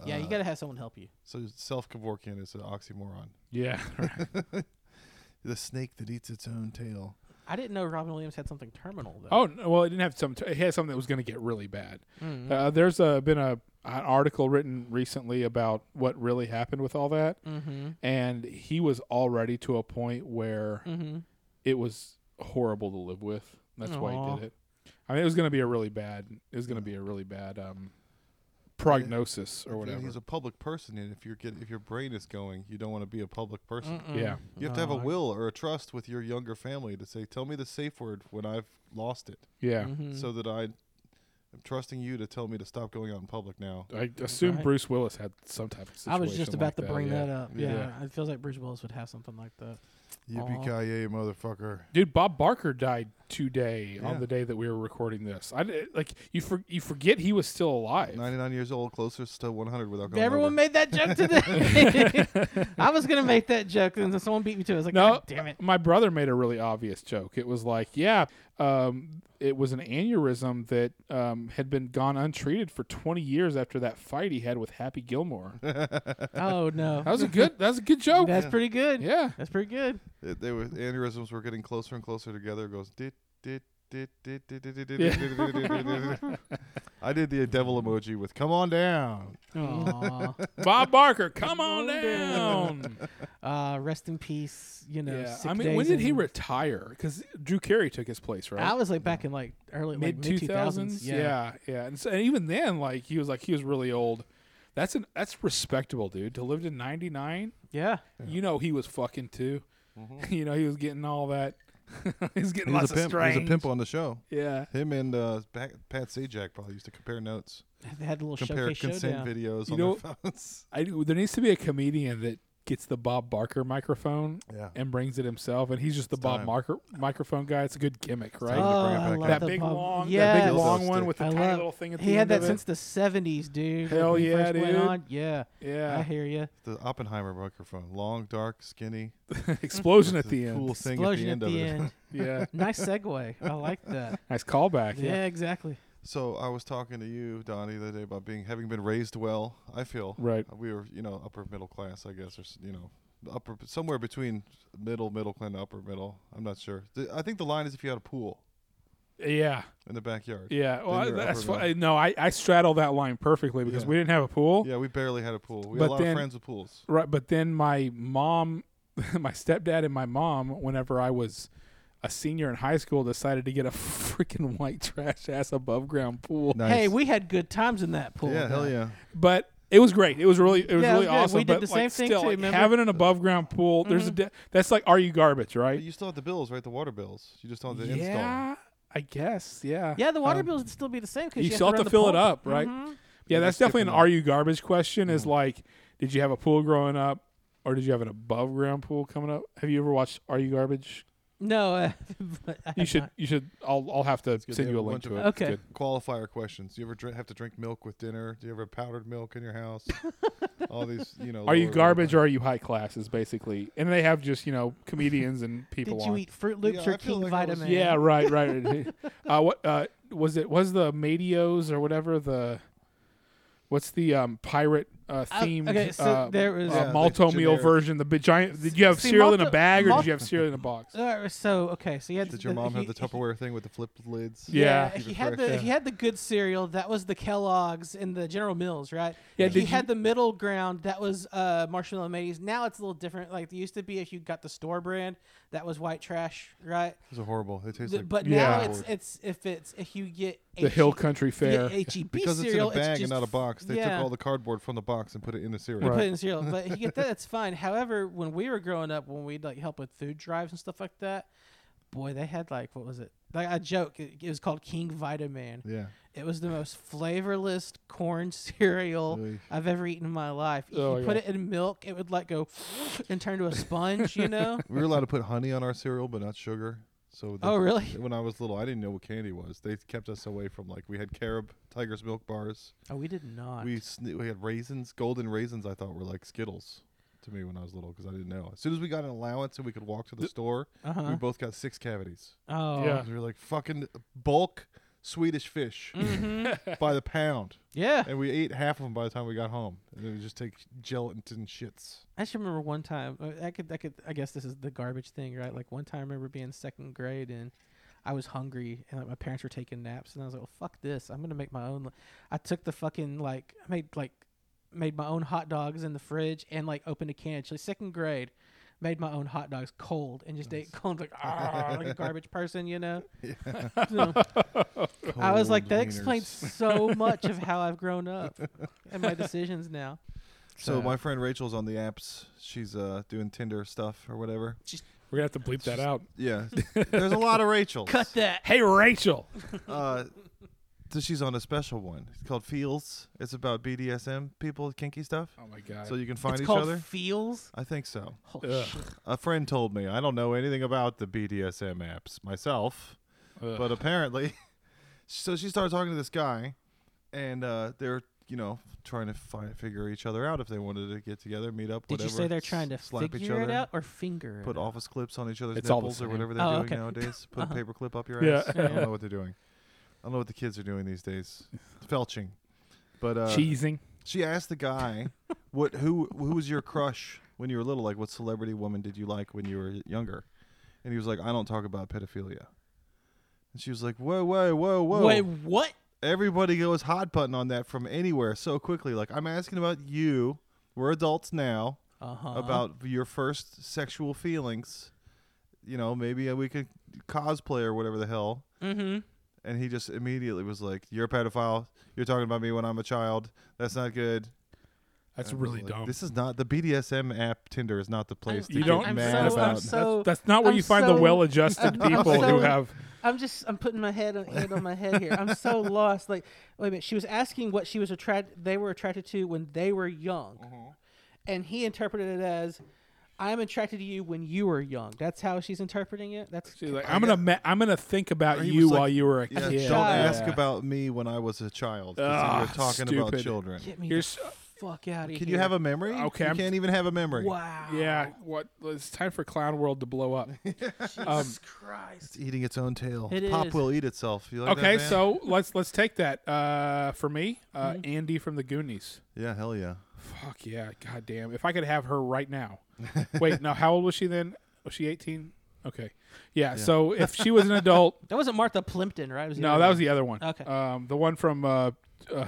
yeah, you
uh,
gotta have someone help you.
So self Kevorkian is an oxymoron.
Yeah.
The snake that eats its own tail.
I didn't know Robin Williams had something terminal though.
oh no, well, it didn't have some. It had something that was going to get really bad.
Mm. Mm-hmm.
Uh, there's uh been a an article written recently about what really happened with all that,
Mm-hmm.
and he was already to a point where
Mm-hmm.
it was horrible to live with. That's why
Aw.
he did it. I mean, it was going to be a really bad. It was going to be a really bad um, prognosis or
If
whatever.
He's a public person, and if you get if your brain is going, you don't want to be a public person.
Mm-hmm.
Yeah.
You have to have a
No, I-
will or a trust with your younger family to say, "Tell me the safe word when I've lost it,
Yeah,
Mm-hmm.
so that I I'm trusting you to tell me to stop going out in public now.
I assume
Right.
Bruce Willis had some type of situation.
I was just about
like
to bring
yeah.
that, up.
Yeah.
Yeah. it feels like Bruce Willis would have something like that.
Yippee-ki-yay, motherfucker.
Dude, Bob Barker died today
Yeah.
on the day that we were recording this. I di- like you for, you forget he was still alive.
99 years old, closest to 100 without going
Everyone
over.
made that joke today. I was gonna make that joke, and then someone beat me to it. I was like,
No,
God damn it!
my brother made a really obvious joke. It was like, yeah, um, it was an aneurysm that um, had been gone untreated for 20 years after that fight he had with Happy Gilmore. That
Oh no,
was a good. That was a good joke.
that's pretty good.
yeah.
That's pretty good.
It- they were, aneurysms were getting closer and closer together. It goes, dit, dit, dit, dit, dit, dit, dit, dit,
Yeah.
dit, dit, dit, dit, dit, dit. I did the devil emoji with come on down.
Aw.
Bob Barker, come on
on down.
down.
uh, rest in peace. You know.
yeah.
sick
I mean,
days
when did he
and-
retire? Because Drew Carey took his place, right?
I was like back in like early
mid
two
two
thousands.
thousands. Yeah, yeah. And, so, and even then, like he was like he was really old. That's an that's respectable, dude. To live to ninety nine,
yeah.
you know he was fucking too. You know he was getting all that. he was getting
He
lots
was a
of
pimp. He
strange.
was a pimp on the show.
Yeah.
Him and uh, Pat, Pat Sajak probably used to compare notes,
They had a little
compare
showcase
consent
showdown.
videos
You
on
know-
their phones.
I, there needs to be a comedian that gets the Bob Barker microphone
Yeah.
and brings it himself, and he's just the Bob
time.
Barker microphone guy. It's a good gimmick, right?
time to
Oh,
bring it
I
back
love
up.
that
the
big
pub-
long,
yes.
that big long
Dildo
one
stick.
with the
I
tiny
love-
little thing at the
He had
end
that
of it.
since the seventies, dude.
Hell
when he
yeah,
first Went
dude.
on. Yeah, I
yeah,
hear you.
The Oppenheimer microphone, long, dark, skinny.
explosion
with
at the end.
cool thing
Explosion
at the end of it.
Yeah,
nice segue. I like that.
nice callback.
yeah, exactly.
So I was talking to you, Donnie, the other day about being having been raised well. I feel
Right.
Uh, we were, you know, upper middle class, I guess, or s- you know, upper somewhere between middle, middle class, and upper middle. I'm not sure. The, I think the line is if you had a pool
Yeah.
in the backyard.
Yeah, well, I-
you're
that's
upper
fine. No, I, I straddle that line perfectly because
Yeah.
we didn't have a pool.
Yeah, we barely had a pool. We had
But
a lot
then-
of friends with pools.
Right, but then my mom, my stepdad, and my mom, whenever I was a senior in high school, decided to get a freaking white trash ass above ground pool.
Nice.
Hey, we had good times in that pool.
yeah, hell yeah.
But it was great. It was really, it was
Yeah, it
really
was good.
awesome.
We did
but
the
like,
same thing
still,
too,
like,
remember? Mm-hmm.
having an above ground pool, there's a de- that's like are you garbage,
But
right?
you still have the bills, right? The water bills. You just don't have the install.
Yeah, I guess. Yeah.
Yeah, Mm-hmm. the water
Um,
bills would still be the same because
you still have to fill it up, right? Yeah,
Yeah,
that's
that's good
definitely an
to know.
are you garbage question.
Mm-hmm.
Is like, did you have a pool growing up, or did you have an above ground pool coming up? Have you ever watched Are You Garbage?
No, uh, but I
You
have
should.
not.
You should. I'll. I'll have to
good.
send
They
you a
have a
link
bunch
to
of
it.
them.
It's
Okay.
good.
Qualifier questions. Do you ever dr- have to drink milk with dinner? Do you ever have powdered milk in your house? All these, you know.
Are you
lower-
garbage or are you high class? Is basically, and they have just you know comedians and people.
Did you
on.
eat Fruit Loops
Yeah,
or
I feel
King
like I was-
Vitamin?
Yeah. Right. Right. uh, what uh, was it? Was the Medios or whatever the? What's the um, pirate uh,
Uh,
themed?
okay, so
uh,
there was-
uh,
Yeah, the
Malto meal
generic-
version. The big giant. Did you have
See,
cereal in a
Malto-
bag or
Mal-
did you have cereal in a box?
Uh, so okay, so you had
Did your
the-
mom have
he-
the Tupperware thing with the flipped lids?
Yeah.
Keep
he
it
had
fresh.
the he had the good cereal that was the Kellogg's and the General Mills, right?
Yeah,
He
did
had
you-
the middle ground that was uh, Marshmallow Maze. Now it's a little different. Like it used to be, if you got the store brand, that was white trash, right?
Those are horrible. They taste
The-
like
but
Yeah.
now it's it's if it's if you get
The Hill Country Fair.
HEB
because it's in
E cereal
a bag and
just
not a box. They
yeah.
took all the cardboard from the box and put it in the cereal.
Right.
put it in cereal. But you get that, that's fine. However, when we were growing up, when we'd like help with food drives and stuff like that, boy, they had like what was it? Like a joke. It, it was called King Vitamin.
Yeah.
It was the most flavorless corn cereal
Oy.
I've ever eaten in my life. If
Oh,
you put
yeah.
it in milk, it would like go and turn to a sponge, you know?
We were allowed to put honey on our cereal, but not sugar. So the-
Oh, really?
When I was little, I didn't know what candy was. They kept us away from like we had Carob Tiger's Milk bars.
Oh, we did not.
We sne- we had raisins, golden raisins. I thought were like Skittles to me when I was little because I didn't know. As soon as we got an allowance and we could walk to the store, we
uh-huh.
both got six cavities.
Oh.
Yeah.
We were like fucking bulk Swedish fish
Mhm.
by the pound.
yeah.
and we ate half of them by the time we got home. And then we just take gelatin shits.
I just remember one time. uh, I could, I could, I guess this is the garbage thing, right? Like one time, I remember being in second grade and I was hungry and like my parents were taking naps and I was like, "Well, fuck this! I'm gonna make my own." li- I took the fucking like, I made like, made my own hot dogs in the fridge and like opened a can. Actually, second grade, made my own hot dogs cold and just ate cold like, "Arr," like a garbage person, you know. So, I was like, that explains so much of how I've grown up and my decisions now.
So my friend Rachel's on the apps. She's uh doing Tinder stuff or whatever.
We're gonna have to bleep that out.
Yeah, there's a lot of Rachels.
Cut that.
Hey Rachel.
Uh, th- she's on a special one. It's called Feels. It's about BDSM people, kinky stuff.
Oh my god.
So you can find
it's
each
called
other.
Feels.
I think so.
Oh,
Ugh.
shit.
A friend told me. I don't know anything about the BDSM apps myself,
Ugh.
but apparently, so she started talking to this guy, and uh, they're you know trying to find figure each other out if they wanted to get together, meet up.
Did
whatever,
you say they're
s-
trying to
slap each
figure it
other,
out or finger it
Put
out?
office clips on each other's
It's all the
nipples or
same.
whatever they're
Oh,
doing
okay.
nowadays. Put
Uh-huh.
a paper clip up your
Yeah.
ass. I don't
Yeah.
know what they're doing. I don't know what the kids are doing these days. Felching. But uh,
cheesing.
she asked the guy, "What? Who? Who was your crush when you were little? Like, what celebrity woman did you like when you were younger?" And he was like, "I don't talk about pedophilia." And she was like, "Whoa, whoa, whoa, whoa!
Wait, what?
Everybody goes hot button on that from anywhere so quickly. Like, I'm asking about you. We're adults now.
Uh-huh.
About your first sexual feelings. You know, maybe we could cosplay or whatever the hell."
Mm-hmm.
And he just immediately was like, "You're a pedophile. You're talking about me when I'm a child. That's not good."
That's
And I was
really
like,
dumb.
This is not the BDSM app. Tinder is not the place.
I'm-
to
You
get
don't-
I'm
mad
so- I'm
about.
so-
that's, that's not where
I'm
you find the
so-
well-adjusted
I'm
people who
so-
have.
I'm just I'm putting my head on, hand on my head here. I'm so lost. Like, wait a minute. She was asking what she was attracted. They were attracted to when they were young,
Uh-huh.
and he interpreted it as, "I'm attracted to you when you were young." That's how she's interpreting it. That's
She's like,
I
I'm gonna, ma- I'm gonna think about
He
you
was like,
while you were a
yeah,
kid.
don't
Yeah.
ask about me when I was a child. 'cause then
Ugh,
you're talking about
Ah, stupid.
children.
get me
You're
the
s-
fuck out of here.
Can you have a memory?
Okay,
You
I'm-
can't even have a memory.
wow?
Yeah, what? It's time for Clown World to blow up.
Jesus
Um,
Christ.
It's eating its own tail.
It
Pop
is.
will eat itself. You like that,
okay,
man?
so let's let's take that. Uh, for me, uh,
Mm-hmm.
Andy from the Goonies.
yeah, hell yeah.
Fuck yeah, goddamn! If I could have her right now. Wait, now how old was she then? Was she 18? Okay, yeah. So if she was an adult,
That wasn't Martha Plimpton, right? It the
no,
other
that
one.
was the other one.
Okay.
um, the one from uh, uh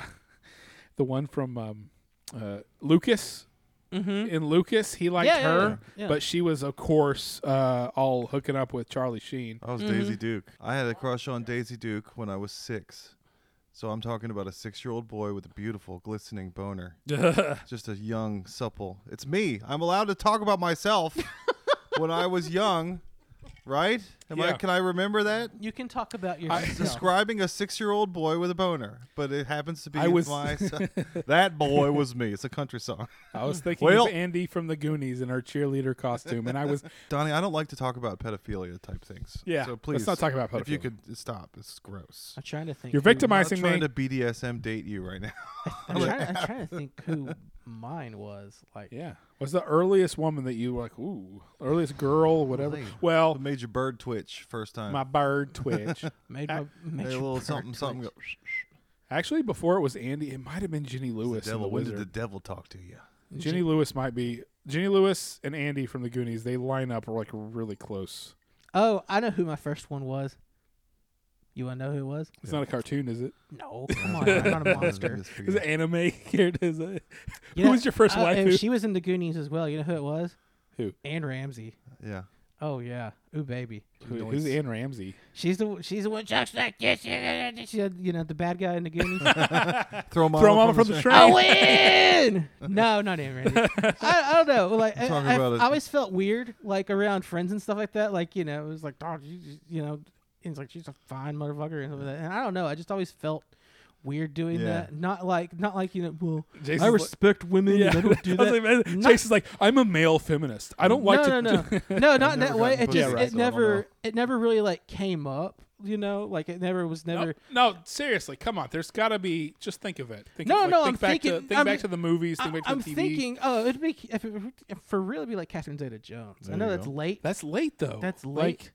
the one from um, uh, Lucas.
Mhm.
In Lucas, he liked
Yeah, yeah,
her,
yeah. Yeah.
but she was, of course, uh, all hooking up with Charlie Sheen.
I was Daisy Duke. I had a crush on Daisy Duke when I was six. So I'm talking about a six-year-old boy with a beautiful, glistening boner. Just a young, supple. It's me. I'm allowed to talk about myself when I was young, right? Am I?
Yeah.
Can I remember that?
You can talk about yourself.
describing a six-year-old boy with a boner, but it happens to be
I was-
my son. that boy was me. It's a country song.
I was thinking
Well-
of Andy from the Goonies in her cheerleader costume, and I was
Donnie, I don't like to talk about pedophilia type things.
Yeah,
so
let's
please
not talk about
If you
pedophilia.
could stop, it's gross.
I'm trying to think.
you're
who-
I'm not
victimizing me.
trying to BDSM date you right now.
I'm trying, I'm trying to think who mine was. Like,
yeah, was the earliest woman that you were like, ooh, earliest girl, whatever.
Golly.
Well,
What made your bird twitch first time?
my bird twitch.
made my made
Made a
your
little
bird
something, something.
twitch.
Go, "Shh,
Actually, before it was Andy, it might have been Ginny Lewis.
the
in
devil.
the
When did
Wizard.
the devil talk to you?
Jenny Lewis might be Jenny Lewis and Andy from the Goonies. They line up like really close.
Oh, I know who my first one was. You want to know who it was?
It's not a cartoon, is it?
No, come on, I'm not a monster.
Is it anime? is it?
You
Who
know,
was your first
uh,
wife?
and She was in the Goonies as well. You know who it was?
Who?
Anne Ramsey.
Yeah.
Oh yeah, ooh baby.
who's Anne Ramsey?
She's the she's the one. Chuck's like this. She had you know the bad guy in the Goonies.
Throw mama,
Throw mama from the
Oh,
train.
win. no, not Anne Ramsey. I, I don't know. Like I,
Talking
I-
about it.
I always felt weird, like around friends and stuff like that. Like you know, it was like, dog, you, just- you know, and it's like she's a fine motherfucker and stuff like that. And I don't know. I just always felt weird doing
Yeah.
that. Not like, not like you know. Well,
Jason's
I
like-
respect women.
Yeah.
And I don't do
I was
that.
like, man,
Not-
Chase is like, I'm a male feminist. I don't like to.
no, no, no, no, not
I've
in
never
that way.
gotten
It
pussy,
just
so
I
it
don't know.
never it never really like came up. You know, like it never was never.
No, no, seriously, come on. There's got to be. Just think of it. Think
No,
like,
no,
think back
I'm
To,
thinking-
think
I'm-
back to the movies. Think
I,
back to
I'm
the TV.
thinking, oh, it'd be if it, if for real, it'd be like Catherine Zeta-Jones.
There
I know
you
that's
go.
late.
that's late though.
That's
Like,
late.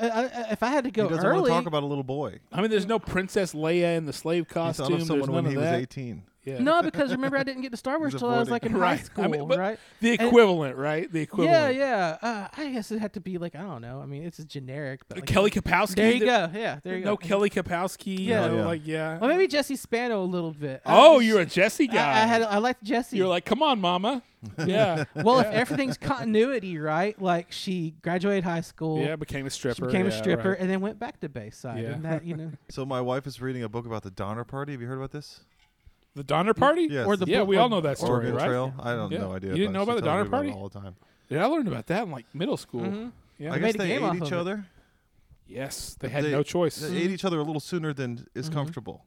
Uh, I, I, if I had to
He
go
doesn't want
early,
to talk about a little boy.
I mean, there's no Princess Leia in the slave
He
costume.
thought of
there's
someone when
none
he
of
was
that.
18.
Yeah.
no, because remember I didn't get to Star Wars till I was
avoiding-
like in high
Right.
school,
I mean, but
right?
The
And-
equivalent, right? The equivalent.
Yeah, yeah. Uh, I guess it had to be like I don't know. I mean, it's a generic. But like,
Kelly Kapowski.
There you go. Yeah, there you
no
go.
Kelly Kapowski. Yeah,
Yeah.
Oh, Yeah.
like yeah.
Well, maybe Jesse Spano a little bit. I
oh,
was-
you're a Jesse guy.
I, I had. I liked Jesse.
You're like, come on, Mama. Yeah.
well, if everything's continuity, right? Like she graduated high school,
yeah, became a stripper.
she became a
Yeah,
stripper,
right.
and then went back to Bayside,
Yeah.
and that you know,
So my wife is reading a book about the Donner Party. Have you heard about this?
The Donner Party.
Yes.
or the
Yeah,
book-
we
or-
all know that story,
Oregon
right?
Trail. I don't
Yeah.
know idea.
You didn't know
it. She
about the
tells
Donner
me about it
Party?
all the time. Mm-hmm.
Yeah, I learned about that in like middle school.
Mhm.
Yeah.
I
made
guess
a
they
game
ate
off
each
of it.
other.
Yes, they had no choice.
They ate each other a little sooner than is
Mm-hmm.
comfortable.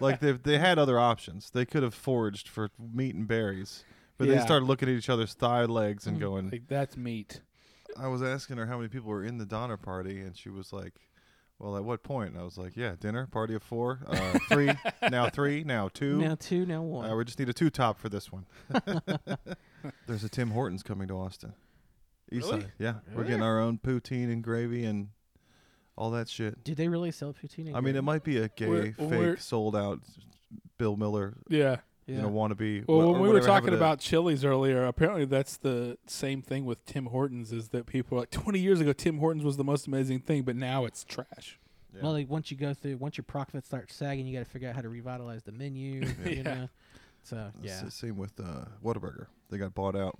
like they they had other options. They could have foraged for meat and berries, but they
Yeah. Mm-hmm.
started looking at each other's thigh legs and going.
Like, that's meat.
I was asking her how many people were in the Donner party, and she was like, "Well, at what point?" And I was like, "Yeah, dinner party of four, uh, three, now three, now two.
Now two, now one.
uh, we just need a two top for this one." There's a Tim Hortons coming to Austin. East
Really?
side. Yeah, we're getting our own poutine and gravy and all that shit.
Do they really sell poutine?
I mean, it might be a gay,
We're-
fake,
we're-
sold out Bill Miller,
Yeah.
you know, wannabe.
Well,
wha-
when
or
we were
whatever happened
talking
to-
about Chili's earlier, apparently that's the same thing with Tim Hortons is that people are like 20 years ago Tim Hortons was the most amazing thing, but now it's trash.
Yeah.
Well, like once you go through, once your profits start sagging, you got to figure out how to revitalize the menu. You
Yeah.
know, so
It's
yeah,
the same with uh, Whataburger. They got bought out.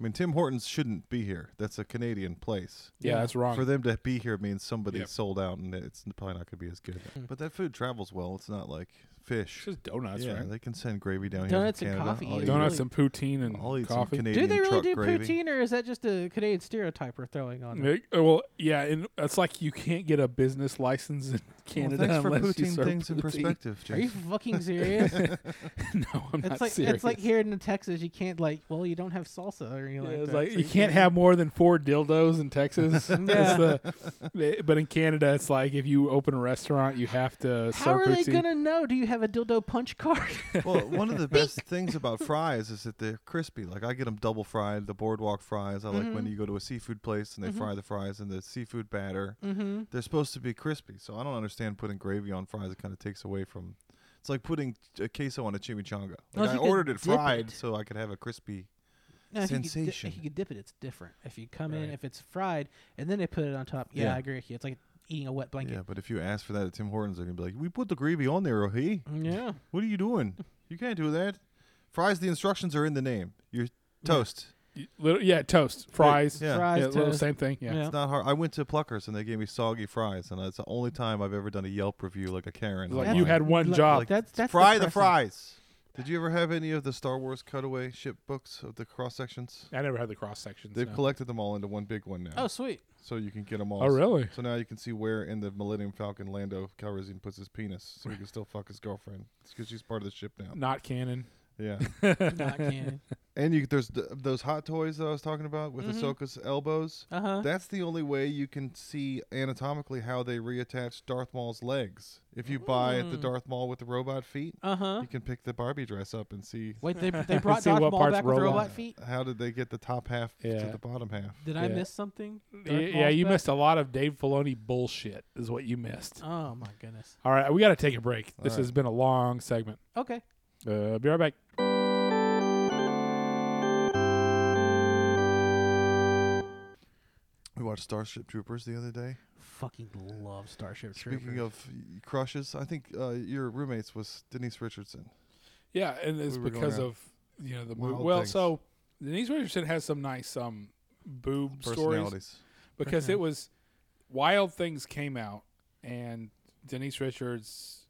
I mean, Tim Hortons shouldn't be here. That's a Canadian place.
Yeah,
Yeah.
that's wrong.
For them to be here means somebody
Yep.
sold out, and it's probably not going to be as good.
Mm.
But that food travels well. It's not like
it's
fish.
just donuts,
yeah,
right?
they can send gravy down
Donuts and
here. from Canada.
coffee,
I'll
yeah.
eat-
Donuts
really-
and poutine and
I'll eat
coffee.
some Canadian
do they really
truck
do
gravy.
poutine, or is that just a Canadian stereotype we're throwing on it?
They- uh, well, yeah, and it's like you can't get a business license in
Well,
Canada
thanks for
unless you
putting
serve
things in
poutine.
perspective,
Are you
Jason.
fucking serious?
no, I'm
it's
not
like
serious.
it's like here in Texas, you can't like, well, you don't have salsa, or you
Yeah,
like,
it's
that,
like
so
you can't have more than four dildos in Texas. It's
Yeah.
the- but in Canada, it's like if you open a restaurant, you have to
How
serve
are they
poutine.
gonna know? Do you have a dildo punch card?
well, one of the best things about fries is that they're crispy. Like I get them double fried, the boardwalk fries. I
Mm-hmm.
like when you go to a seafood place and they fry the fries in the seafood batter.
mm-hmm.
They're supposed to be crispy, so I don't understand putting gravy on fries. It kind of takes away from. It's like putting a queso on a chimichanga.
Well,
Like,
if
I
you could
ordered it
dip
fried
it.
so I could have a crispy.
No, if You could di-
Sensation.
if you could dip it, it's different. If you come in,
Right.
if it's fried, and then they put it on top, yeah,
Yeah.
I agree with you. It's like eating a wet blanket.
Yeah, but if you ask for that at Tim Hortons, they're gonna be like, "We put the gravy on there, oh hey,
yeah.
what are you doing? You can't do that." Fries. The instructions are in the name. You're toast.
You- little- yeah, toast, fries,
Yeah.
yeah,
fries
little
toast.
same thing. Yeah.
Yeah.
It's not hard. I went to Pluckers and they gave me soggy fries, and that's the only time I've ever done a Yelp review like a Karen.
It's like
That's-
you had one
Like-
job.
Like,
that's that's
fry the
depressing.
fries. Did you ever have any of the Star Wars cutaway ship books of the cross sections?
I never had the cross sections.
They've
no.
collected them all into one big one now,
Oh, sweet.
so you can get them all.
Oh, really?
So now you can see where in the Millennium Falcon Lando Calrissian puts his penis, so he can still fuck his girlfriend because she's part of the ship now.
Not canon.
Yeah,
Not candy.
and you there's th- those hot toys that I was talking about with
Mhm.
Ahsoka's elbows.
Uh huh.
That's the only way you can see anatomically how they reattach Darth Maul's legs. If you buy the
Mm.
Darth Maul with the robot feet,
Uh huh.
you can pick the Barbie dress up and see
Wait, they they brought
See
Darth
what
Maul
parts
back with
roll
robot
off.
feet.
how did they get the top half
Yeah.
to the bottom half.
Did I
Yeah.
miss something?
Y-
Darth
yeah,
Maul's
you
back?
missed a lot of Dave Filoni bullshit, is what you missed.
Oh my goodness.
All right, we got to take a break.
All
This
right.
has been a long segment.
Okay.
Uh, be right back.
We watched Starship Troopers the other day.
Fucking love Starship Troopers.
Speaking of y- crushes, I think uh, your roommates was Denise Richardson.
Yeah, and it's
We were going
because
out.
of you know the
Wild
movie. Well,
things.
so Denise Richardson has some nice um boob stories
Personalities.
because it
Personality.
was Wild Things came out and Denise Richards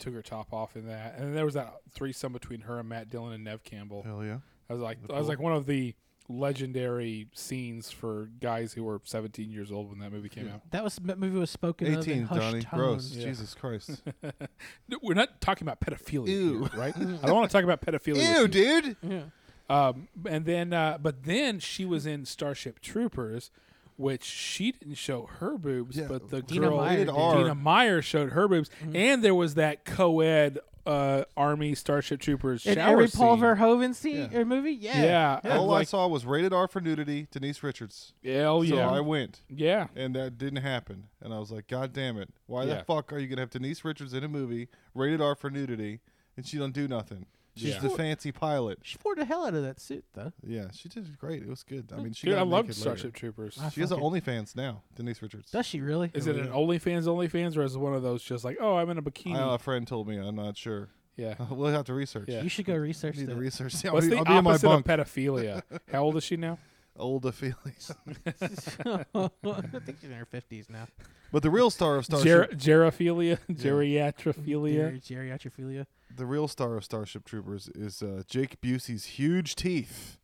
took her top off in that, and then there was that threesome between her and Matt Dillon and Nev Campbell.
Hell yeah.
I was like,
The
I was
pool.
like one of the legendary scenes for guys who were 17 years old when that movie came
Yeah.
out.
that was that movie was spoken of in
18,
hushed
Donnie.
tones.
Gross.
Yeah.
Jesus Christ.
No, We're not talking about pedophilia, here,
Ew.
right? I don't want to talk about pedophilia. with
Ew,
you.
dude.
Yeah.
Um, and then, uh, but then she was in Starship Troopers, which she didn't show her boobs,
Yeah, Mm-hmm.
but the
Dina
girl
Meyer did.
Dina Meyer showed her boobs, and there was that co-ed uh, Army Starship Troopers
In
shower
every
scene.
Paul Verhoeven scene
Yeah.
or movie, yeah.
Yeah, I
All
was
I
like,
saw was rated R for nudity, Denise Richards.
hell
so
yeah,
I went.
yeah.
and that didn't happen. And I was like, God damn it! Why
Yeah.
the fuck are you gonna have Denise Richards in a movie rated R for nudity and she don't do nothing? She's
Yeah.
the fancy pilot.
She wore the hell out of that suit though.
Yeah, she did great. It was good. I mean, she
Dude,
got
I loved
naked
Starship
later.
Troopers.
I
She has an
fucking-
OnlyFans now, Denise Richards.
Does she really?
Is it an OnlyFans OnlyFans or is it one of those just like, oh, I'm in a
I, uh,
bikini?
know a friend told me. I'm not sure.
yeah.
we'll have to research.
Yeah.
You should go research
Need to
that.
research. Yeah, I'll
What's
be-
the
I'll be in my
opposite of
bunk.
pedophilia? How old is she now?
Old feelings.
I think she's in her fifties now.
But the real star of
Ger-
Starship,
gerophilia, geriatrophilia.
Geri- Geriatrophilia.
the real star of Starship Troopers is uh, Jake Busey's huge teeth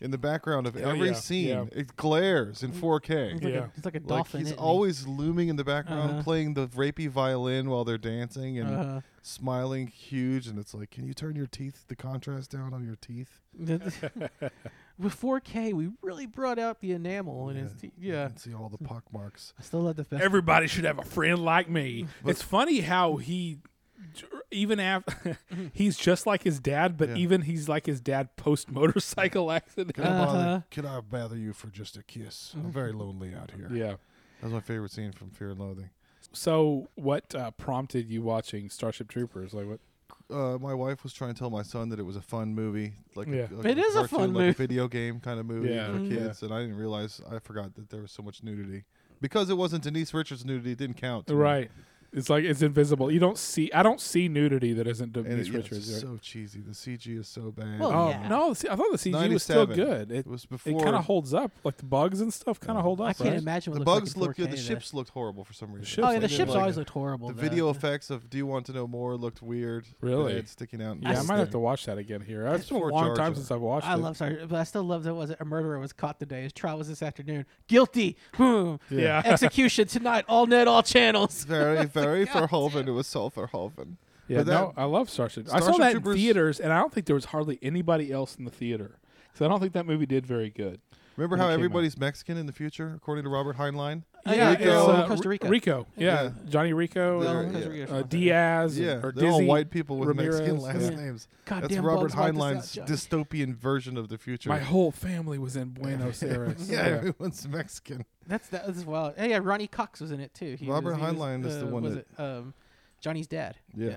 in the background of
Oh,
every
yeah,
scene.
yeah.
It glares in 4K.
It's like,
Yeah.
a, it's like a
Like
dolphin.
he's
isn't he?
always looming in the background,
Uh-huh.
playing the rapey violin while they're dancing and
Uh-huh.
smiling huge. And it's like, can you turn your teeth, the contrast down on your teeth?
With 4K, we really brought out the enamel and his teeth.
You
Yeah,
can see all the pock marks.
I still love the festival.
Everybody should have a friend like me. it's funny how he, even after, he's just like his dad, but
Yeah.
even he's like his dad post motorcycle accident.
Can, I
Uh-huh.
bother, can I bother you for just a kiss? I'm very lonely out here.
yeah.
That's my favorite scene from Fear and Loathing.
So, what uh, prompted you watching Starship Troopers? Like, what?
uh, my wife was trying to tell my son that it was a fun movie, like a-
Yeah.
like
It is a
cartoon,
fun
like
movie. Mm-hmm.
a video game kind of movie
Yeah.
for
Mhm.
kids, and I didn't realize I forgot that there was so much nudity because it wasn't Denise Richards nudity, it didn't count, to me.
Right. It's like it's invisible. You don't see. I don't see nudity that isn't
And
Denise
it, yeah, it's
Richards.
just
right?
so cheesy. The CG is so bad.
Well,
oh
yeah.
no! see, I thought the CG was still
97.
good. It
It was
it
before
kind of holds up. Like the bugs and stuff kind of hold up.
I can't
right?
imagine what
the
it
bugs
looks like in
looked good.
4K
The
though.
ships looked horrible for some reason.
ships
Oh yeah,
looked
the
good.
ships
Like,
always looked horrible.
The
though.
video effects of "Do You Want to Know More" looked weird. They
Really?
had sticking out.
Yeah, I
nose
might have
thing.
to watch that again here. It's been a
Poor
long
Jar
time
Jar.
since I've watched
I
it.
love sorry, but I still love that was it? a murderer was caught today. His trial was this afternoon. Guilty. Boom.
Yeah.
Execution tonight. All net. All channels.
Very, very Verhoeven. It was so Verhoeven.
yeah,
But
no,
that-
I love Starship. I saw
Starship
that
Troopers-
in theaters, and I don't think there was hardly anybody else in the theater. So I don't think that movie did very good.
Remember
When it
how
came out.
everybody's Mexican in the future, according to Robert Heinlein?
Oh,
yeah,
Rico.
it's,
uh,
Costa Rica.
Rico, yeah,
Yeah.
Johnny Rico,
They're-
and,
yeah.
Costa Rica or
uh,
something.
Diaz, and-
Yeah,
or
they're
Dizzy.
all white people with Mexican
Ramirez,
last
yeah.
names.
God
That's
damn
Robert
bugs wiped us
Heinlein's
out, Johnny.
dystopian version of the future.
My whole family was in Buenos Aires.
yeah, everyone's Mexican.
That's that was wild. Hey, yeah, Ronnie Cox was in it too. He
Robert
was, he was,
Heinlein is the
uh,
one
was
that-
it, um, Johnny's dad.
Yeah.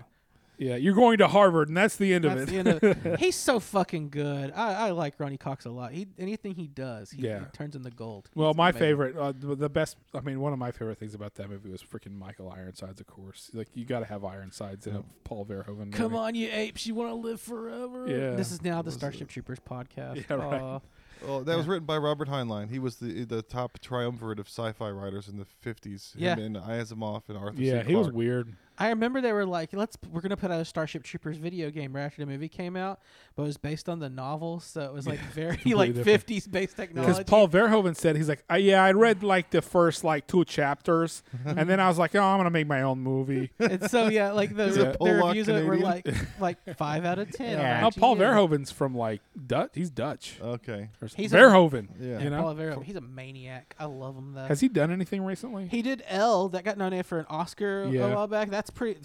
yeah. You're going to Harvard, and that's the end of
That's
it.
the end of it. He's so fucking good. I, I like Ronnie Cox a lot. He anything he does, he,
Yeah.
he turns into gold.
Well,
He's
my
amazing.
favorite, uh, th- the best. I mean, one of my favorite things about that movie was freaking Michael Ironsides. Of course, like you got to have Ironsides in a Paul Verhoeven.
Come
movie.
on, you apes! You want to live forever?
Yeah.
This is now the
was
Starship
it?
Troopers podcast. Uh,
Yeah, right.
Aw.
Oh, that was written by Robert Heinlein. He was the the top triumvirate of sci-fi writers in the 50s.
Yeah.
Him and Asimov and Arthur
Yeah,
C.
he was
Clarke.
weird.
I remember they were like, "Let's we're gonna put out a Starship Troopers video game right after the movie came out," but it was based on the novel, so it was like very
completely
like
different.
fifties based
Because
technology.
Paul Verhoeven said he's like, "Uh, yeah, I read like the first like two chapters, and then I was like, oh, I'm gonna make my own movie.
and so yeah, like the,
He's a
the
Polak
reviews of it were like
Canadian.
like five out of ten.
Yeah.
on
Oh, Paul
IGN.
Verhoeven's from like Dutch. He's Dutch.
Okay.
Or
He's a-
Verhoeven.
Yeah.
You know,
Paul Verhoeven, he's a maniac. I love him though.
has he done anything recently?
He did L that got nominated for an Oscar a
Yeah.
while back. That's pretty.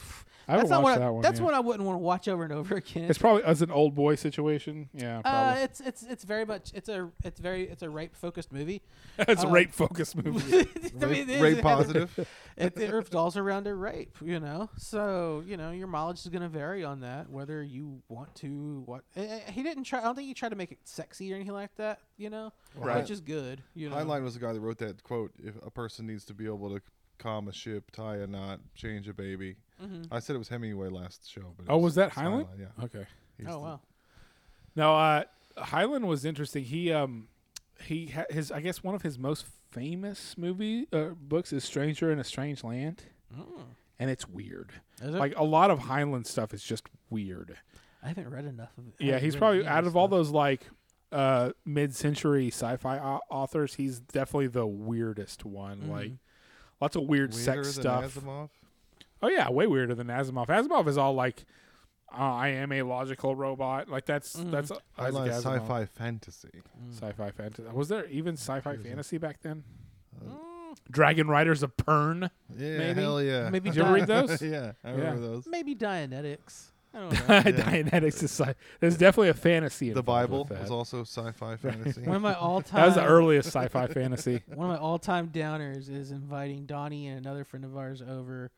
I haven't
that's not
watched
what I,
that one.
That's
yeah.
one I wouldn't want to watch over and over again.
It's probably as an old boy situation. Yeah,
Uh,
probably.
it's it's it's very much it's a it's very it's a rape focused movie.
it's a
uh,
rape focused movie.
I mean,
Rape,
it is-
rape
it-
positive.
It, it revolves around a rape, you know. So you know your mileage is going to vary on that, whether you want to. What eh, eh, he didn't try. I don't think he tried to make it sexy or anything like that, you know.
Right.
Which is good, you know.
Heinlein was the guy that wrote that quote. If a person needs to be able to calm a ship, tie a knot, change a baby.
Mm-hmm.
I said it was Hemingway last show, but it
Oh, was that
it's
Heinlein?
Yeah.
Okay.
He's
oh
the-
wow.
No, uh, Highland was interesting. He um, he ha- his I guess one of his most famous movie uh, books is Stranger in a Strange Land,
Oh.
and it's weird.
Is it?
Like a lot of Highland stuff is just weird.
I haven't read enough of it. I
Yeah,
haven't
he's
read
probably
any
out
his
of all
stuff.
those like uh mid-century sci-fi au- authors, he's definitely the weirdest one.
Mm-hmm.
Like lots of weird
Weirder
sex
than
stuff.
Asimov?
Oh yeah, way weirder than Asimov. Asimov is all like, uh, "I am a logical robot." Like that's
Mm-hmm.
that's Isaac
Heinlein
Asimov.
sci-fi fantasy.
Mm.
sci-fi fantasy. Was there even sci-fi fantasy back then?
Uh,
Dragon Riders of Pern.
Yeah,
Maybe.
hell yeah.
Mm. Maybe
Did you ever read
Di-
those?
yeah, I
Yeah.
remember those.
Maybe Dianetics. I don't know.
Dianetics is sci- there's definitely a fantasy.
The
involved
Bible
with that.
was also sci-fi fantasy.
one of my all time.
that was the earliest sci-fi fantasy.
One of my all time downers is inviting Donnie and another friend of ours over.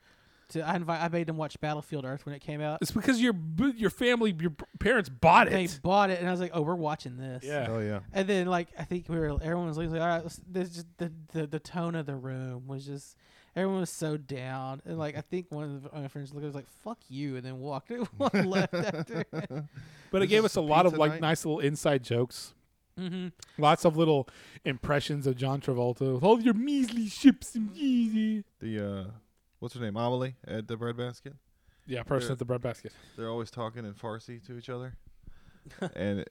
To I invite I made them watch Battlefield Earth when it came out.
It's because your b- your family, your p- parents bought
They
it.
bought it, and I was like, "Oh, we're watching this."
Yeah.
Oh yeah.
And then like I think we were everyone was like, "All right, let's, there's just the, the the tone of the room was just everyone was so down." And like I think one of the- my friends looked at us like, "Fuck you," and then walked walked left after.
But it
This
gave
is
us a
the
lot of
pizza
like
night.
nice little inside jokes.
mm-hmm.
Lots of little impressions of John Travolta with all your measly ships and easy.
The uh, what's her name? Amelie at the breadbasket.
Yeah, person
Yeah.
at the breadbasket.
They're always talking in Farsi to each other, and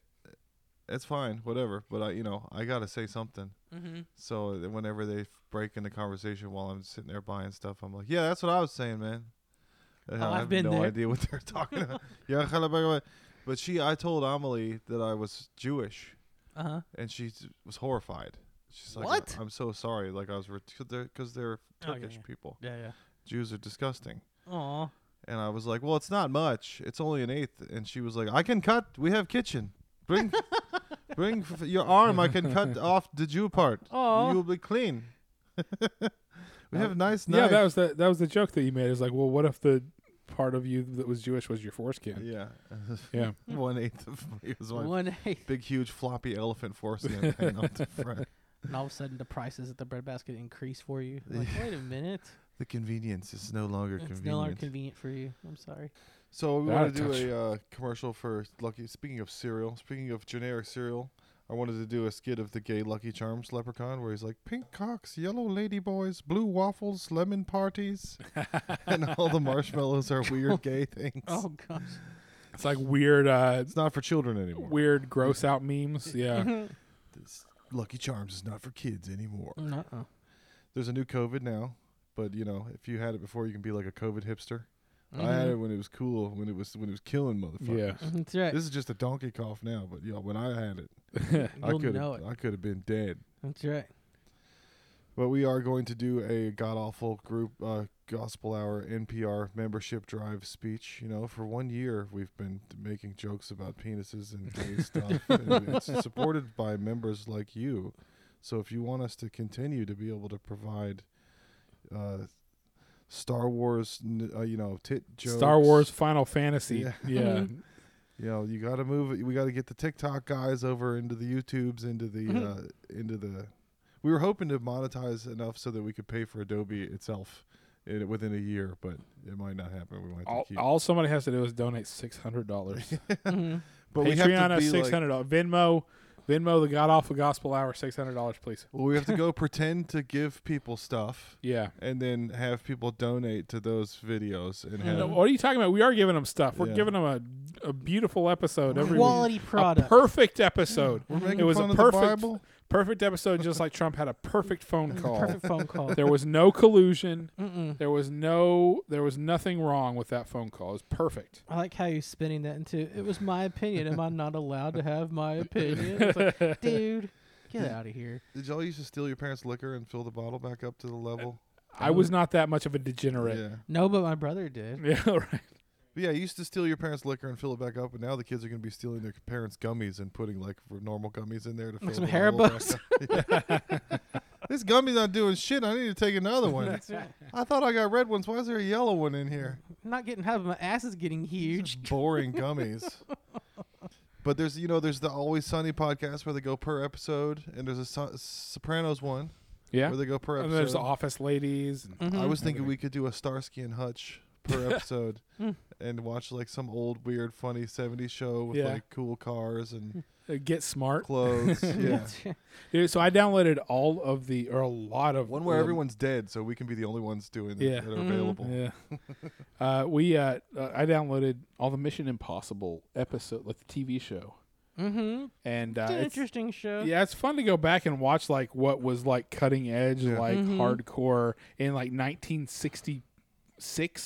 It's fine, whatever. But I, you know, I gotta say something.
Mm-hmm.
So uh, whenever they f- break into conversation while I'm sitting there buying stuff, I'm like, yeah, that's what I was saying, man. And
Oh,
I
I've
have
been
no
there.
idea what they're talking about. yeah, kind of like- but she, I told Amelie that I was Jewish,
Uh huh.
and she s- was horrified. She's like,
What?
I'm so sorry. Like I was because they're
Oh, yeah,
Turkish
yeah.
people.
Yeah, yeah.
Jews are disgusting.
Aw.
And I was like, well, it's not much. It's only an eighth. And she was like, I can cut. We have kitchen. Bring, bring f- your arm. I can cut off the Jew part.
Aw.
You will be clean. we have nice
Yeah,
knife.
that was the that was the joke that you made. Is like, well, what if the part of you that was Jewish was your foreskin?
yeah.
Yeah,
One eighth of it was my
One eighth.
big, huge, floppy elephant foreskin hanging off the front.
And all of a sudden, the prices at the bread basket increase for you. Like, wait a minute.
The convenience is no longer
It's
convenient.
no longer convenient for you. I'm sorry.
So we
Out
want
of
to do
touch.
a uh, commercial for Lucky. Speaking of cereal, speaking of generic cereal, I wanted to do a skit of the gay Lucky Charms leprechaun where he's like pink cocks, yellow ladyboys, blue waffles, lemon parties, and all the marshmallows are weird gay things.
Oh gosh.
it's like weird, uh,
It's not for children anymore.
weird, gross out memes. Yeah,
This Lucky Charms is not for kids anymore.
Uh-uh.
There's a new COVID now, but you know if you had it before, you can be like a COVID hipster. I
Mm-hmm.
had it when it was cool, when it was when it was killing motherfuckers.
yeah.
That's right.
This is just a donkey cough now, but yeah, when I had it, I
You'll
could
know it.
I could have been dead.
That's right.
But we are going to do a god awful group uh, gospel hour NPR membership drive speech. You know, for one year we've been making jokes about penises and gay stuff. and it's supported by members like you. So if you want us to continue to be able to provide uh, Star Wars, n- uh, you know, tit jokes,
Star Wars, Final Fantasy.
Yeah. Mhm.
Yeah,
you know, you got to move. it- We got to get the TikTok guys over into the YouTubes, into the
Mm-hmm.
uh, into the. We were hoping to monetize enough so that we could pay for Adobe itself in, within a year, but it might not happen. We might have
all,
to keep.
all somebody has to do is donate six hundred dollars.
Mhm.
but we have
Patreon
to
us
be
six
like,
hundred dollars. Venmo, Venmo, the God Awful Gospel Hour, six hundred dollars, please.
well, we have to go pretend to give people stuff,
Yeah.
and then have people donate to those videos and have.
No, what are you talking about? We are giving them stuff. We're
Yeah.
giving them a, a beautiful episode every week.
Quality
A
product.
perfect episode.
We're making
Mm-hmm. It was a
fun of
perfect-
the Bible.
Perfect episode, just like Trump had a perfect phone call.
Mm-hmm. Perfect phone call.
There was no collusion.
Mm-mm.
There was no. There was nothing wrong with that phone call. It was perfect.
I like how you're spinning that into. It was my opinion. Am I not allowed to have my opinion? It's like, dude, get out of here.
Did y'all used to steal your parents' liquor and fill the bottle back up to the level?
I was not that much of a degenerate.
Yeah.
No, but my brother did.
Yeah. right.
But yeah, you used to steal your parents' liquor and fill it back up, but now the kids are going to be stealing their parents' gummies and putting like r- normal gummies in there to fill
some
the bottle back
Haribos.
up. Yeah. this gummy's not doing shit. I need to take another one.
That's right.
I thought I got red ones. Why is there a yellow one in here?
Not getting half of my ass is getting huge.
Boring gummies. But there's you know there's the Always Sunny podcast where they go per episode, and there's a so- Sopranos one
Yeah.
where they go per episode.
And there's the office ladies. and-
Mhm.
I was thinking
Everything.
we could do a Starsky and Hutch per episode
Mm.
and watch like some old weird funny 70s show with
Yeah.
like cool cars and
Uh, Get smart.
clothes. yeah.
That's right.
Dude, So I downloaded all of the or a lot of
One where
the-
everyone's dead so we can be the only ones doing
Yeah.
it that are
Mm.
available.
Yeah. uh, we uh, uh, I downloaded all the Mission Impossible episode, like the TV show,
Mm-hmm.
and uh,
It's an
it's,
interesting show.
yeah, it's fun to go back and watch like what was like cutting edge,
Yeah.
like
Mhm.
hardcore in like 1966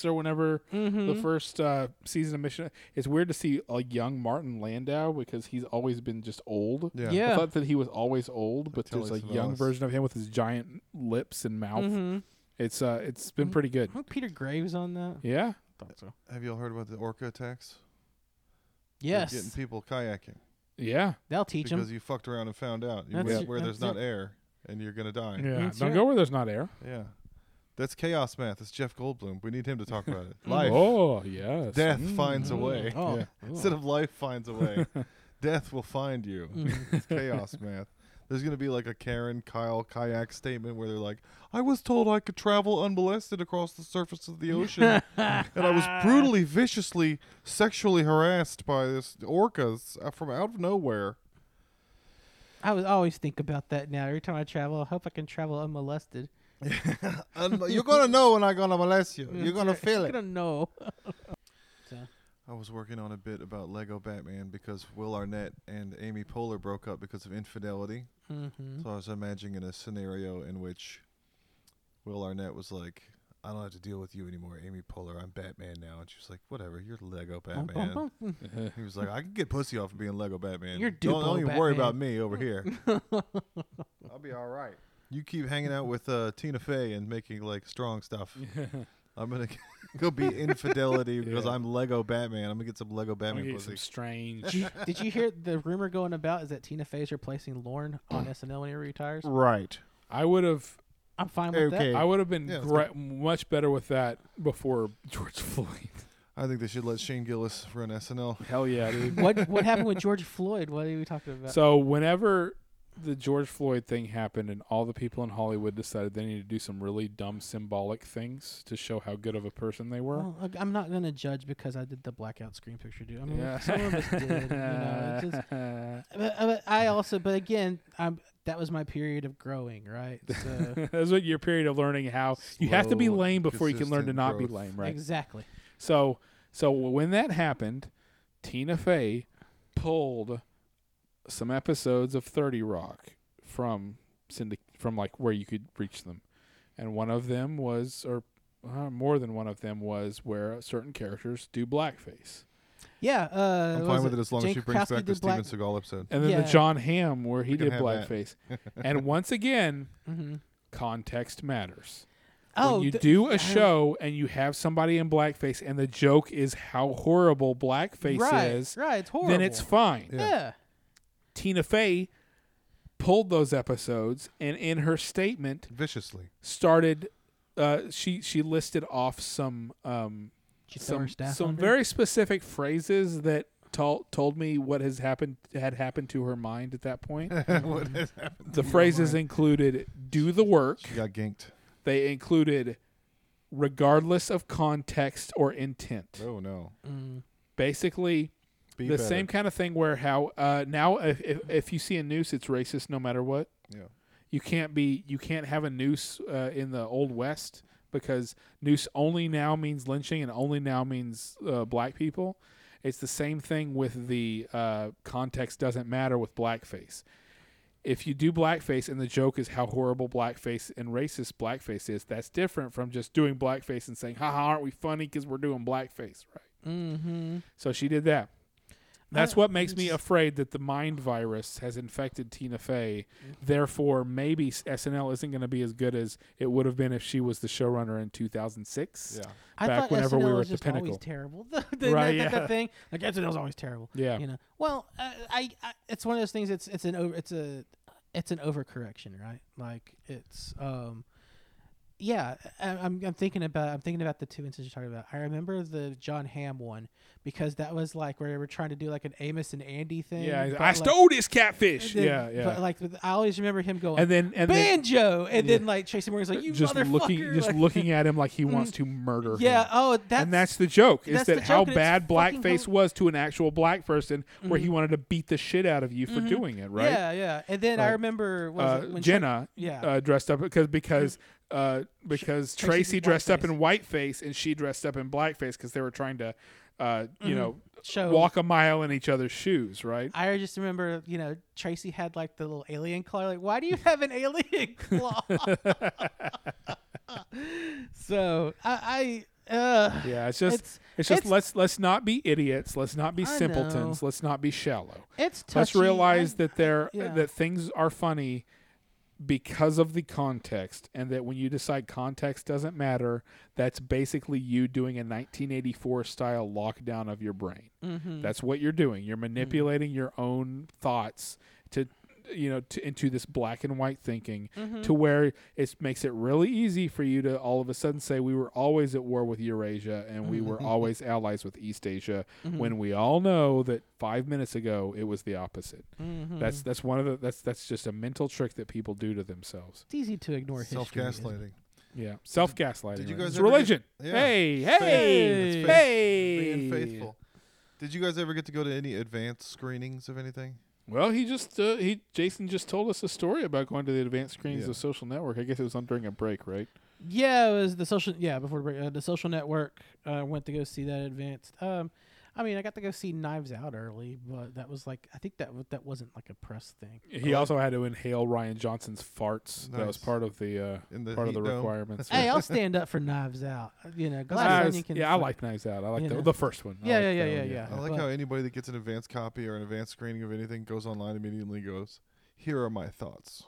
or whenever
Mm-hmm.
the first uh, season of Mission. It's weird to see a young Martin Landau because he's always been just old.
Yeah.
I
Yeah.
thought that he was always old, but
Telly
there's a young
Savalas.
version of him with his giant lips and mouth.
Mm-hmm.
It's uh, it's been pretty good.
Wasn't Peter Graves on that?
Yeah.
thought so.
Have y'all heard about the orca attacks? They're Getting
Yes.
people kayaking
Yeah.
They'll teach
because
him.
you fucked around and found out you
That's
went
it.
where there's
That's
not air and you're going to die.
Yeah.
That's
Mm, Don't
right.
go where there's not air.
Yeah. That's chaos math. It's Jeff Goldblum. We need him to talk about it. Life.
Oh, yes.
Death finds a way.
Oh.
Yeah.
oh.
Instead of life finds a way, death will find you.
Mm.
It's chaos, math. There's gonna be like a Karen Kyle kayak statement where they're like, "I was told I could travel unmolested across the surface of the ocean, and I was brutally, viciously, sexually harassed by this orcas uh, from out of nowhere."
I was always think about that now. Every time I travel, I hope I can travel unmolested.
And you're gonna know when I'm gonna molest you. You're gonna feel
I'm
it.
gonna know.
I I was working on a bit about Lego Batman because Will Arnett and Amy Poehler broke up because of infidelity.
Mm-hmm.
So I was imagining a scenario in which Will Arnett was like, "I don't have to deal with you anymore, Amy Poehler. I'm Batman now." And she was like, "Whatever, you're Lego Batman." He was like, "I can get pussy off of being Lego Batman.
You're
don't
Duplo
don't even worry
Batman."
about me over here. I'll be all right. You keep hanging out with uh, Tina Fey and making like strong stuff. I'm gonna go be infidelity because
Yeah.
I'm Lego Batman. I'm gonna get some Lego
I'm gonna
Batman
get
pussy.
some strange.
Did you, did you hear the rumor going about is that Tina Fey's replacing Lorne on SNL when he retires?
right.
I would have.
I'm fine with
Okay.
that.
I would have been
Yeah, that's
gra- much better with that before George Floyd.
I think they should let Shane Gillis run SNL.
Hell yeah, dude.
What what happened with George Floyd? What are we talking about?
so whenever the George Floyd thing happened and all the people in Hollywood decided they needed to do some really dumb symbolic things to show how good of a person they were.
Well, look, I'm not gonna judge because I did the blackout screen picture, dude. I mean, some of us did. You know, it just, but, uh, but I also, but again, I'm that was my period of growing, right? So
That's what your period of learning how you have to be
Slow,
lame before you can learn to
consistent
not be
growth.
lame, right?
exactly.
So so when that happened, Tina Fey pulled some episodes of 30 Rock from syndic- from like where you could reach them. And one of them was or uh, more than one of them was where certain characters do blackface.
Yeah, uh,
I'm fine
what was
with it as long as
Jane
she brings
Krakowski
back the
did Black-
Steven Seagal episode.
And then
Yeah.
the John Hamm where he
We can
did
have that.
blackface. and once again,
Mhm.
context matters.
Oh,
when you
th-
do
yeah.
a show and you have somebody in blackface and the joke is how horrible blackface
right,
is,
right? It's horrible.
then it's fine.
Yeah.
yeah.
Tina Fey pulled those episodes and in her statement
Viciously.
started uh, she she listed off some um,
Did you throw her
some
staff
some
under?
very specific phrases that told told me what has happened had happened to her mind at that point.
What has happened?
the phrases included do the work.
She got ginked.
They included regardless of context or intent.
Oh no.
Mm.
Basically,
Be
the
better.
same kind of thing where how uh, now if, if if you see a noose, it's racist no matter what.
Yeah.
You can't be you can't have a noose uh, in the old west because noose only now means lynching and only now means uh, black people. It's the same thing with the uh, context doesn't matter with blackface. If you do blackface and the joke is how horrible blackface and racist blackface is, that's different from just doing blackface and saying, "Haha, aren't we funny because we're doing blackface?" Right.
Mm-hmm.
So she did that. That's
I-
what makes me
it's-
afraid that the mind virus has infected Tina Fey.
Mm-hmm.
Therefore, maybe s- SNL isn't going to be as good as it would have been if she was the showrunner in 2006.
Yeah.
I
Back
thought
whenever
SNL
we were
was
at the
just always
pinnacle.
terrible. The- the-
Right,
that- that
yeah.
thing, like SNL's always terrible.
Yeah.
You know. Well, uh, I, I it's one of those things. It's it's an over it's a it's an overcorrection, right? Like it's um yeah. I, I'm I'm thinking about I'm thinking about the two incidents you're talking about. I remember the John Hamm one because that was like where they were trying to do like an Amos and Andy thing.
Yeah.
but,
I
like,
stole this catfish.
the-
yeah. Yeah.
But like with- I always remember him going
and then, and then Uh,
banjo, and then like Tracy Morgan's like you
just
motherfucker,
looking, just
like- Mm-hmm.
looking at him like he wants to murder
Yeah.
him.
Oh, that's
and that's the joke is
that's
that
the
how
joke, and it's
bad
fucking
blackface
hel-
was to an actual black person, where he wanted to beat the shit out of you for doing it, right?
Mm-hmm. Yeah, yeah. And then I
Like,
remember what was
uh,
it, when Chuck-
Jenna
yeah.
uh, dressed up because because uh, because
Tracy
Tracy,
did
dressed up in whiteface and she dressed up in blackface because they were trying to uh,
Mm-hmm.
you know
Show-
walk a mile in each other's shoes, right?
I just remember, you know, Tracy had like the little alien claw. Like, why do you have an alien claw? so I, I uh,
Yeah, it's just
It's-
it's, just
it's-
let's let's not be idiots, let's not be
I
simpletons, let's not be shallow.
it's touchy.
let's realize
I'm-
that there uh,
yeah.
that things are funny because of the context and that when you decide context doesn't matter that's basically you doing a 1984 style lockdown of your brain that's what you're doing you're manipulating your own thoughts to you know to, into this black and white thinking to where it makes it really easy for you to all of a sudden say we were always at war with Eurasia and we were always allies with East Asia when we all know that 5 minutes ago it was the opposite.
Mm-hmm.
That's
Hmm.
that's one of the that's that's just a mental trick that people do to themselves.
it's easy to ignore history.
Self gaslighting.
Yeah. Self-gaslighting.
did you
right?
guys
It's
ever get-
religion.
Yeah.
Hey,
Faith.
hey,
It's faith.
hey.
Being faithful. Did you guys ever get to go to any advanced screenings of anything?
Well, he just uh, he Jason just told us a story about going to the advanced screenings
Yeah.
of Social Network. I guess it was on during a break, right?
Yeah, it was the social. Yeah, before the break, uh, the social network. Uh, went to go see that advanced. Um, I mean, I got to go see Knives Out early, but that was like I think that w- that wasn't like a press thing.
He also had to inhale Ryan Johnson's farts. That was
Nice.
Oh. part of the, uh,
In the
part of
heat
the
dome.
requirements.
Hey, I'll stand up for Knives Out. uh, You know, Glass
I was-
Onion can
yeah, I
suck.
like Knives Out. I like
you
the,
know.
the first one. I
Yeah,
like
yeah,
that
yeah,
one,
yeah,
I
yeah.
like
but-
how anybody that gets an advanced copy or an advanced screening of anything goes online immediately and goes, "Here are my thoughts."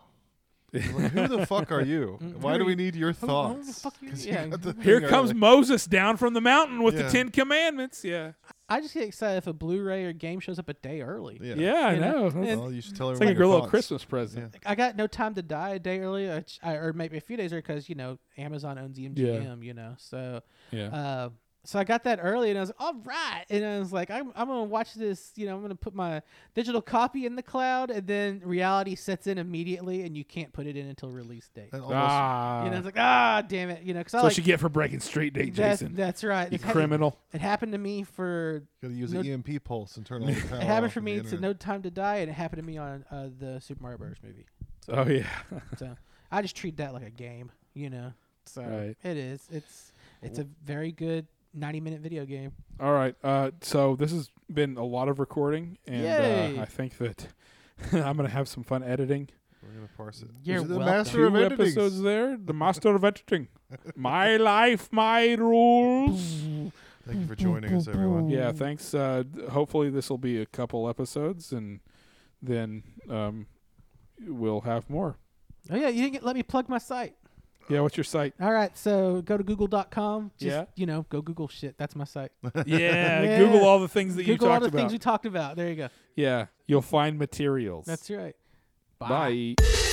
It's like, Who the fuck are you?
Mm-hmm.
Mm,
Why
who
do
are
we
you-
need your
who- who the
thoughts?
fuck you-
'Cause you
yeah.
got the
Here
thing
comes
early.
Moses down from the mountain with the
Yeah.
Ten Commandments. Yeah,
I just get excited if a Blu-ray or game shows up a day early.
Yeah.
yeah, I
You know,
know.
and-
Well, you should tell
it's
everyone
like a
your
good little
thoughts.
Christmas present.
I got no time to die a day early, or, ch- or maybe a few days early, because you know Amazon owns E MGM. You know, so
Yeah,
uh, so I got that early, and I was like, all right, and I was like, I'm I'm gonna watch this. You know, I'm gonna put my digital copy in the cloud, and then reality sets in immediately, and you can't put it in until release date.
That almost-
ah,
you know, it's like ah, damn it. You know, because I
so
like
you get for breaking street date,
that's,
Jason.
that's right.
you
It, ha-
criminal.
it happened to me for
Gotta use
No-
an EMP pulse and turn all the power
it happened
Oh, off
for
on the
me to
internet.
No Time to Die, and it happened to me on uh, the Super Mario Bros. movie.
Oh yeah,
So I just treat that like a game, you know. So
Right.
it is. It's it's a very good ninety minute video game.
All right. Uh, so this has been a lot of recording, and
Yay.
uh, I think that I'm gonna have some fun editing.
We're gonna parse it.
You're
He's the
welcome.
master
Two
of
episodes
editing.
there. The master of editing. my life, my rules.
Thank you for joining us, everyone.
Yeah. Thanks. Uh, d- hopefully this will be a couple episodes, and then um, we'll have more.
Oh yeah, you didn't get, let me plug my site.
Yeah. What's your site?
All right, so go to google.com. Just
Yeah.
you know, go Google shit. That's my site.
yeah,
Yeah.
Google all the things that you
Google
talked
all the
about.
things you talked about. There you go.
yeah, you'll find materials.
That's right.
Bye.
Bye.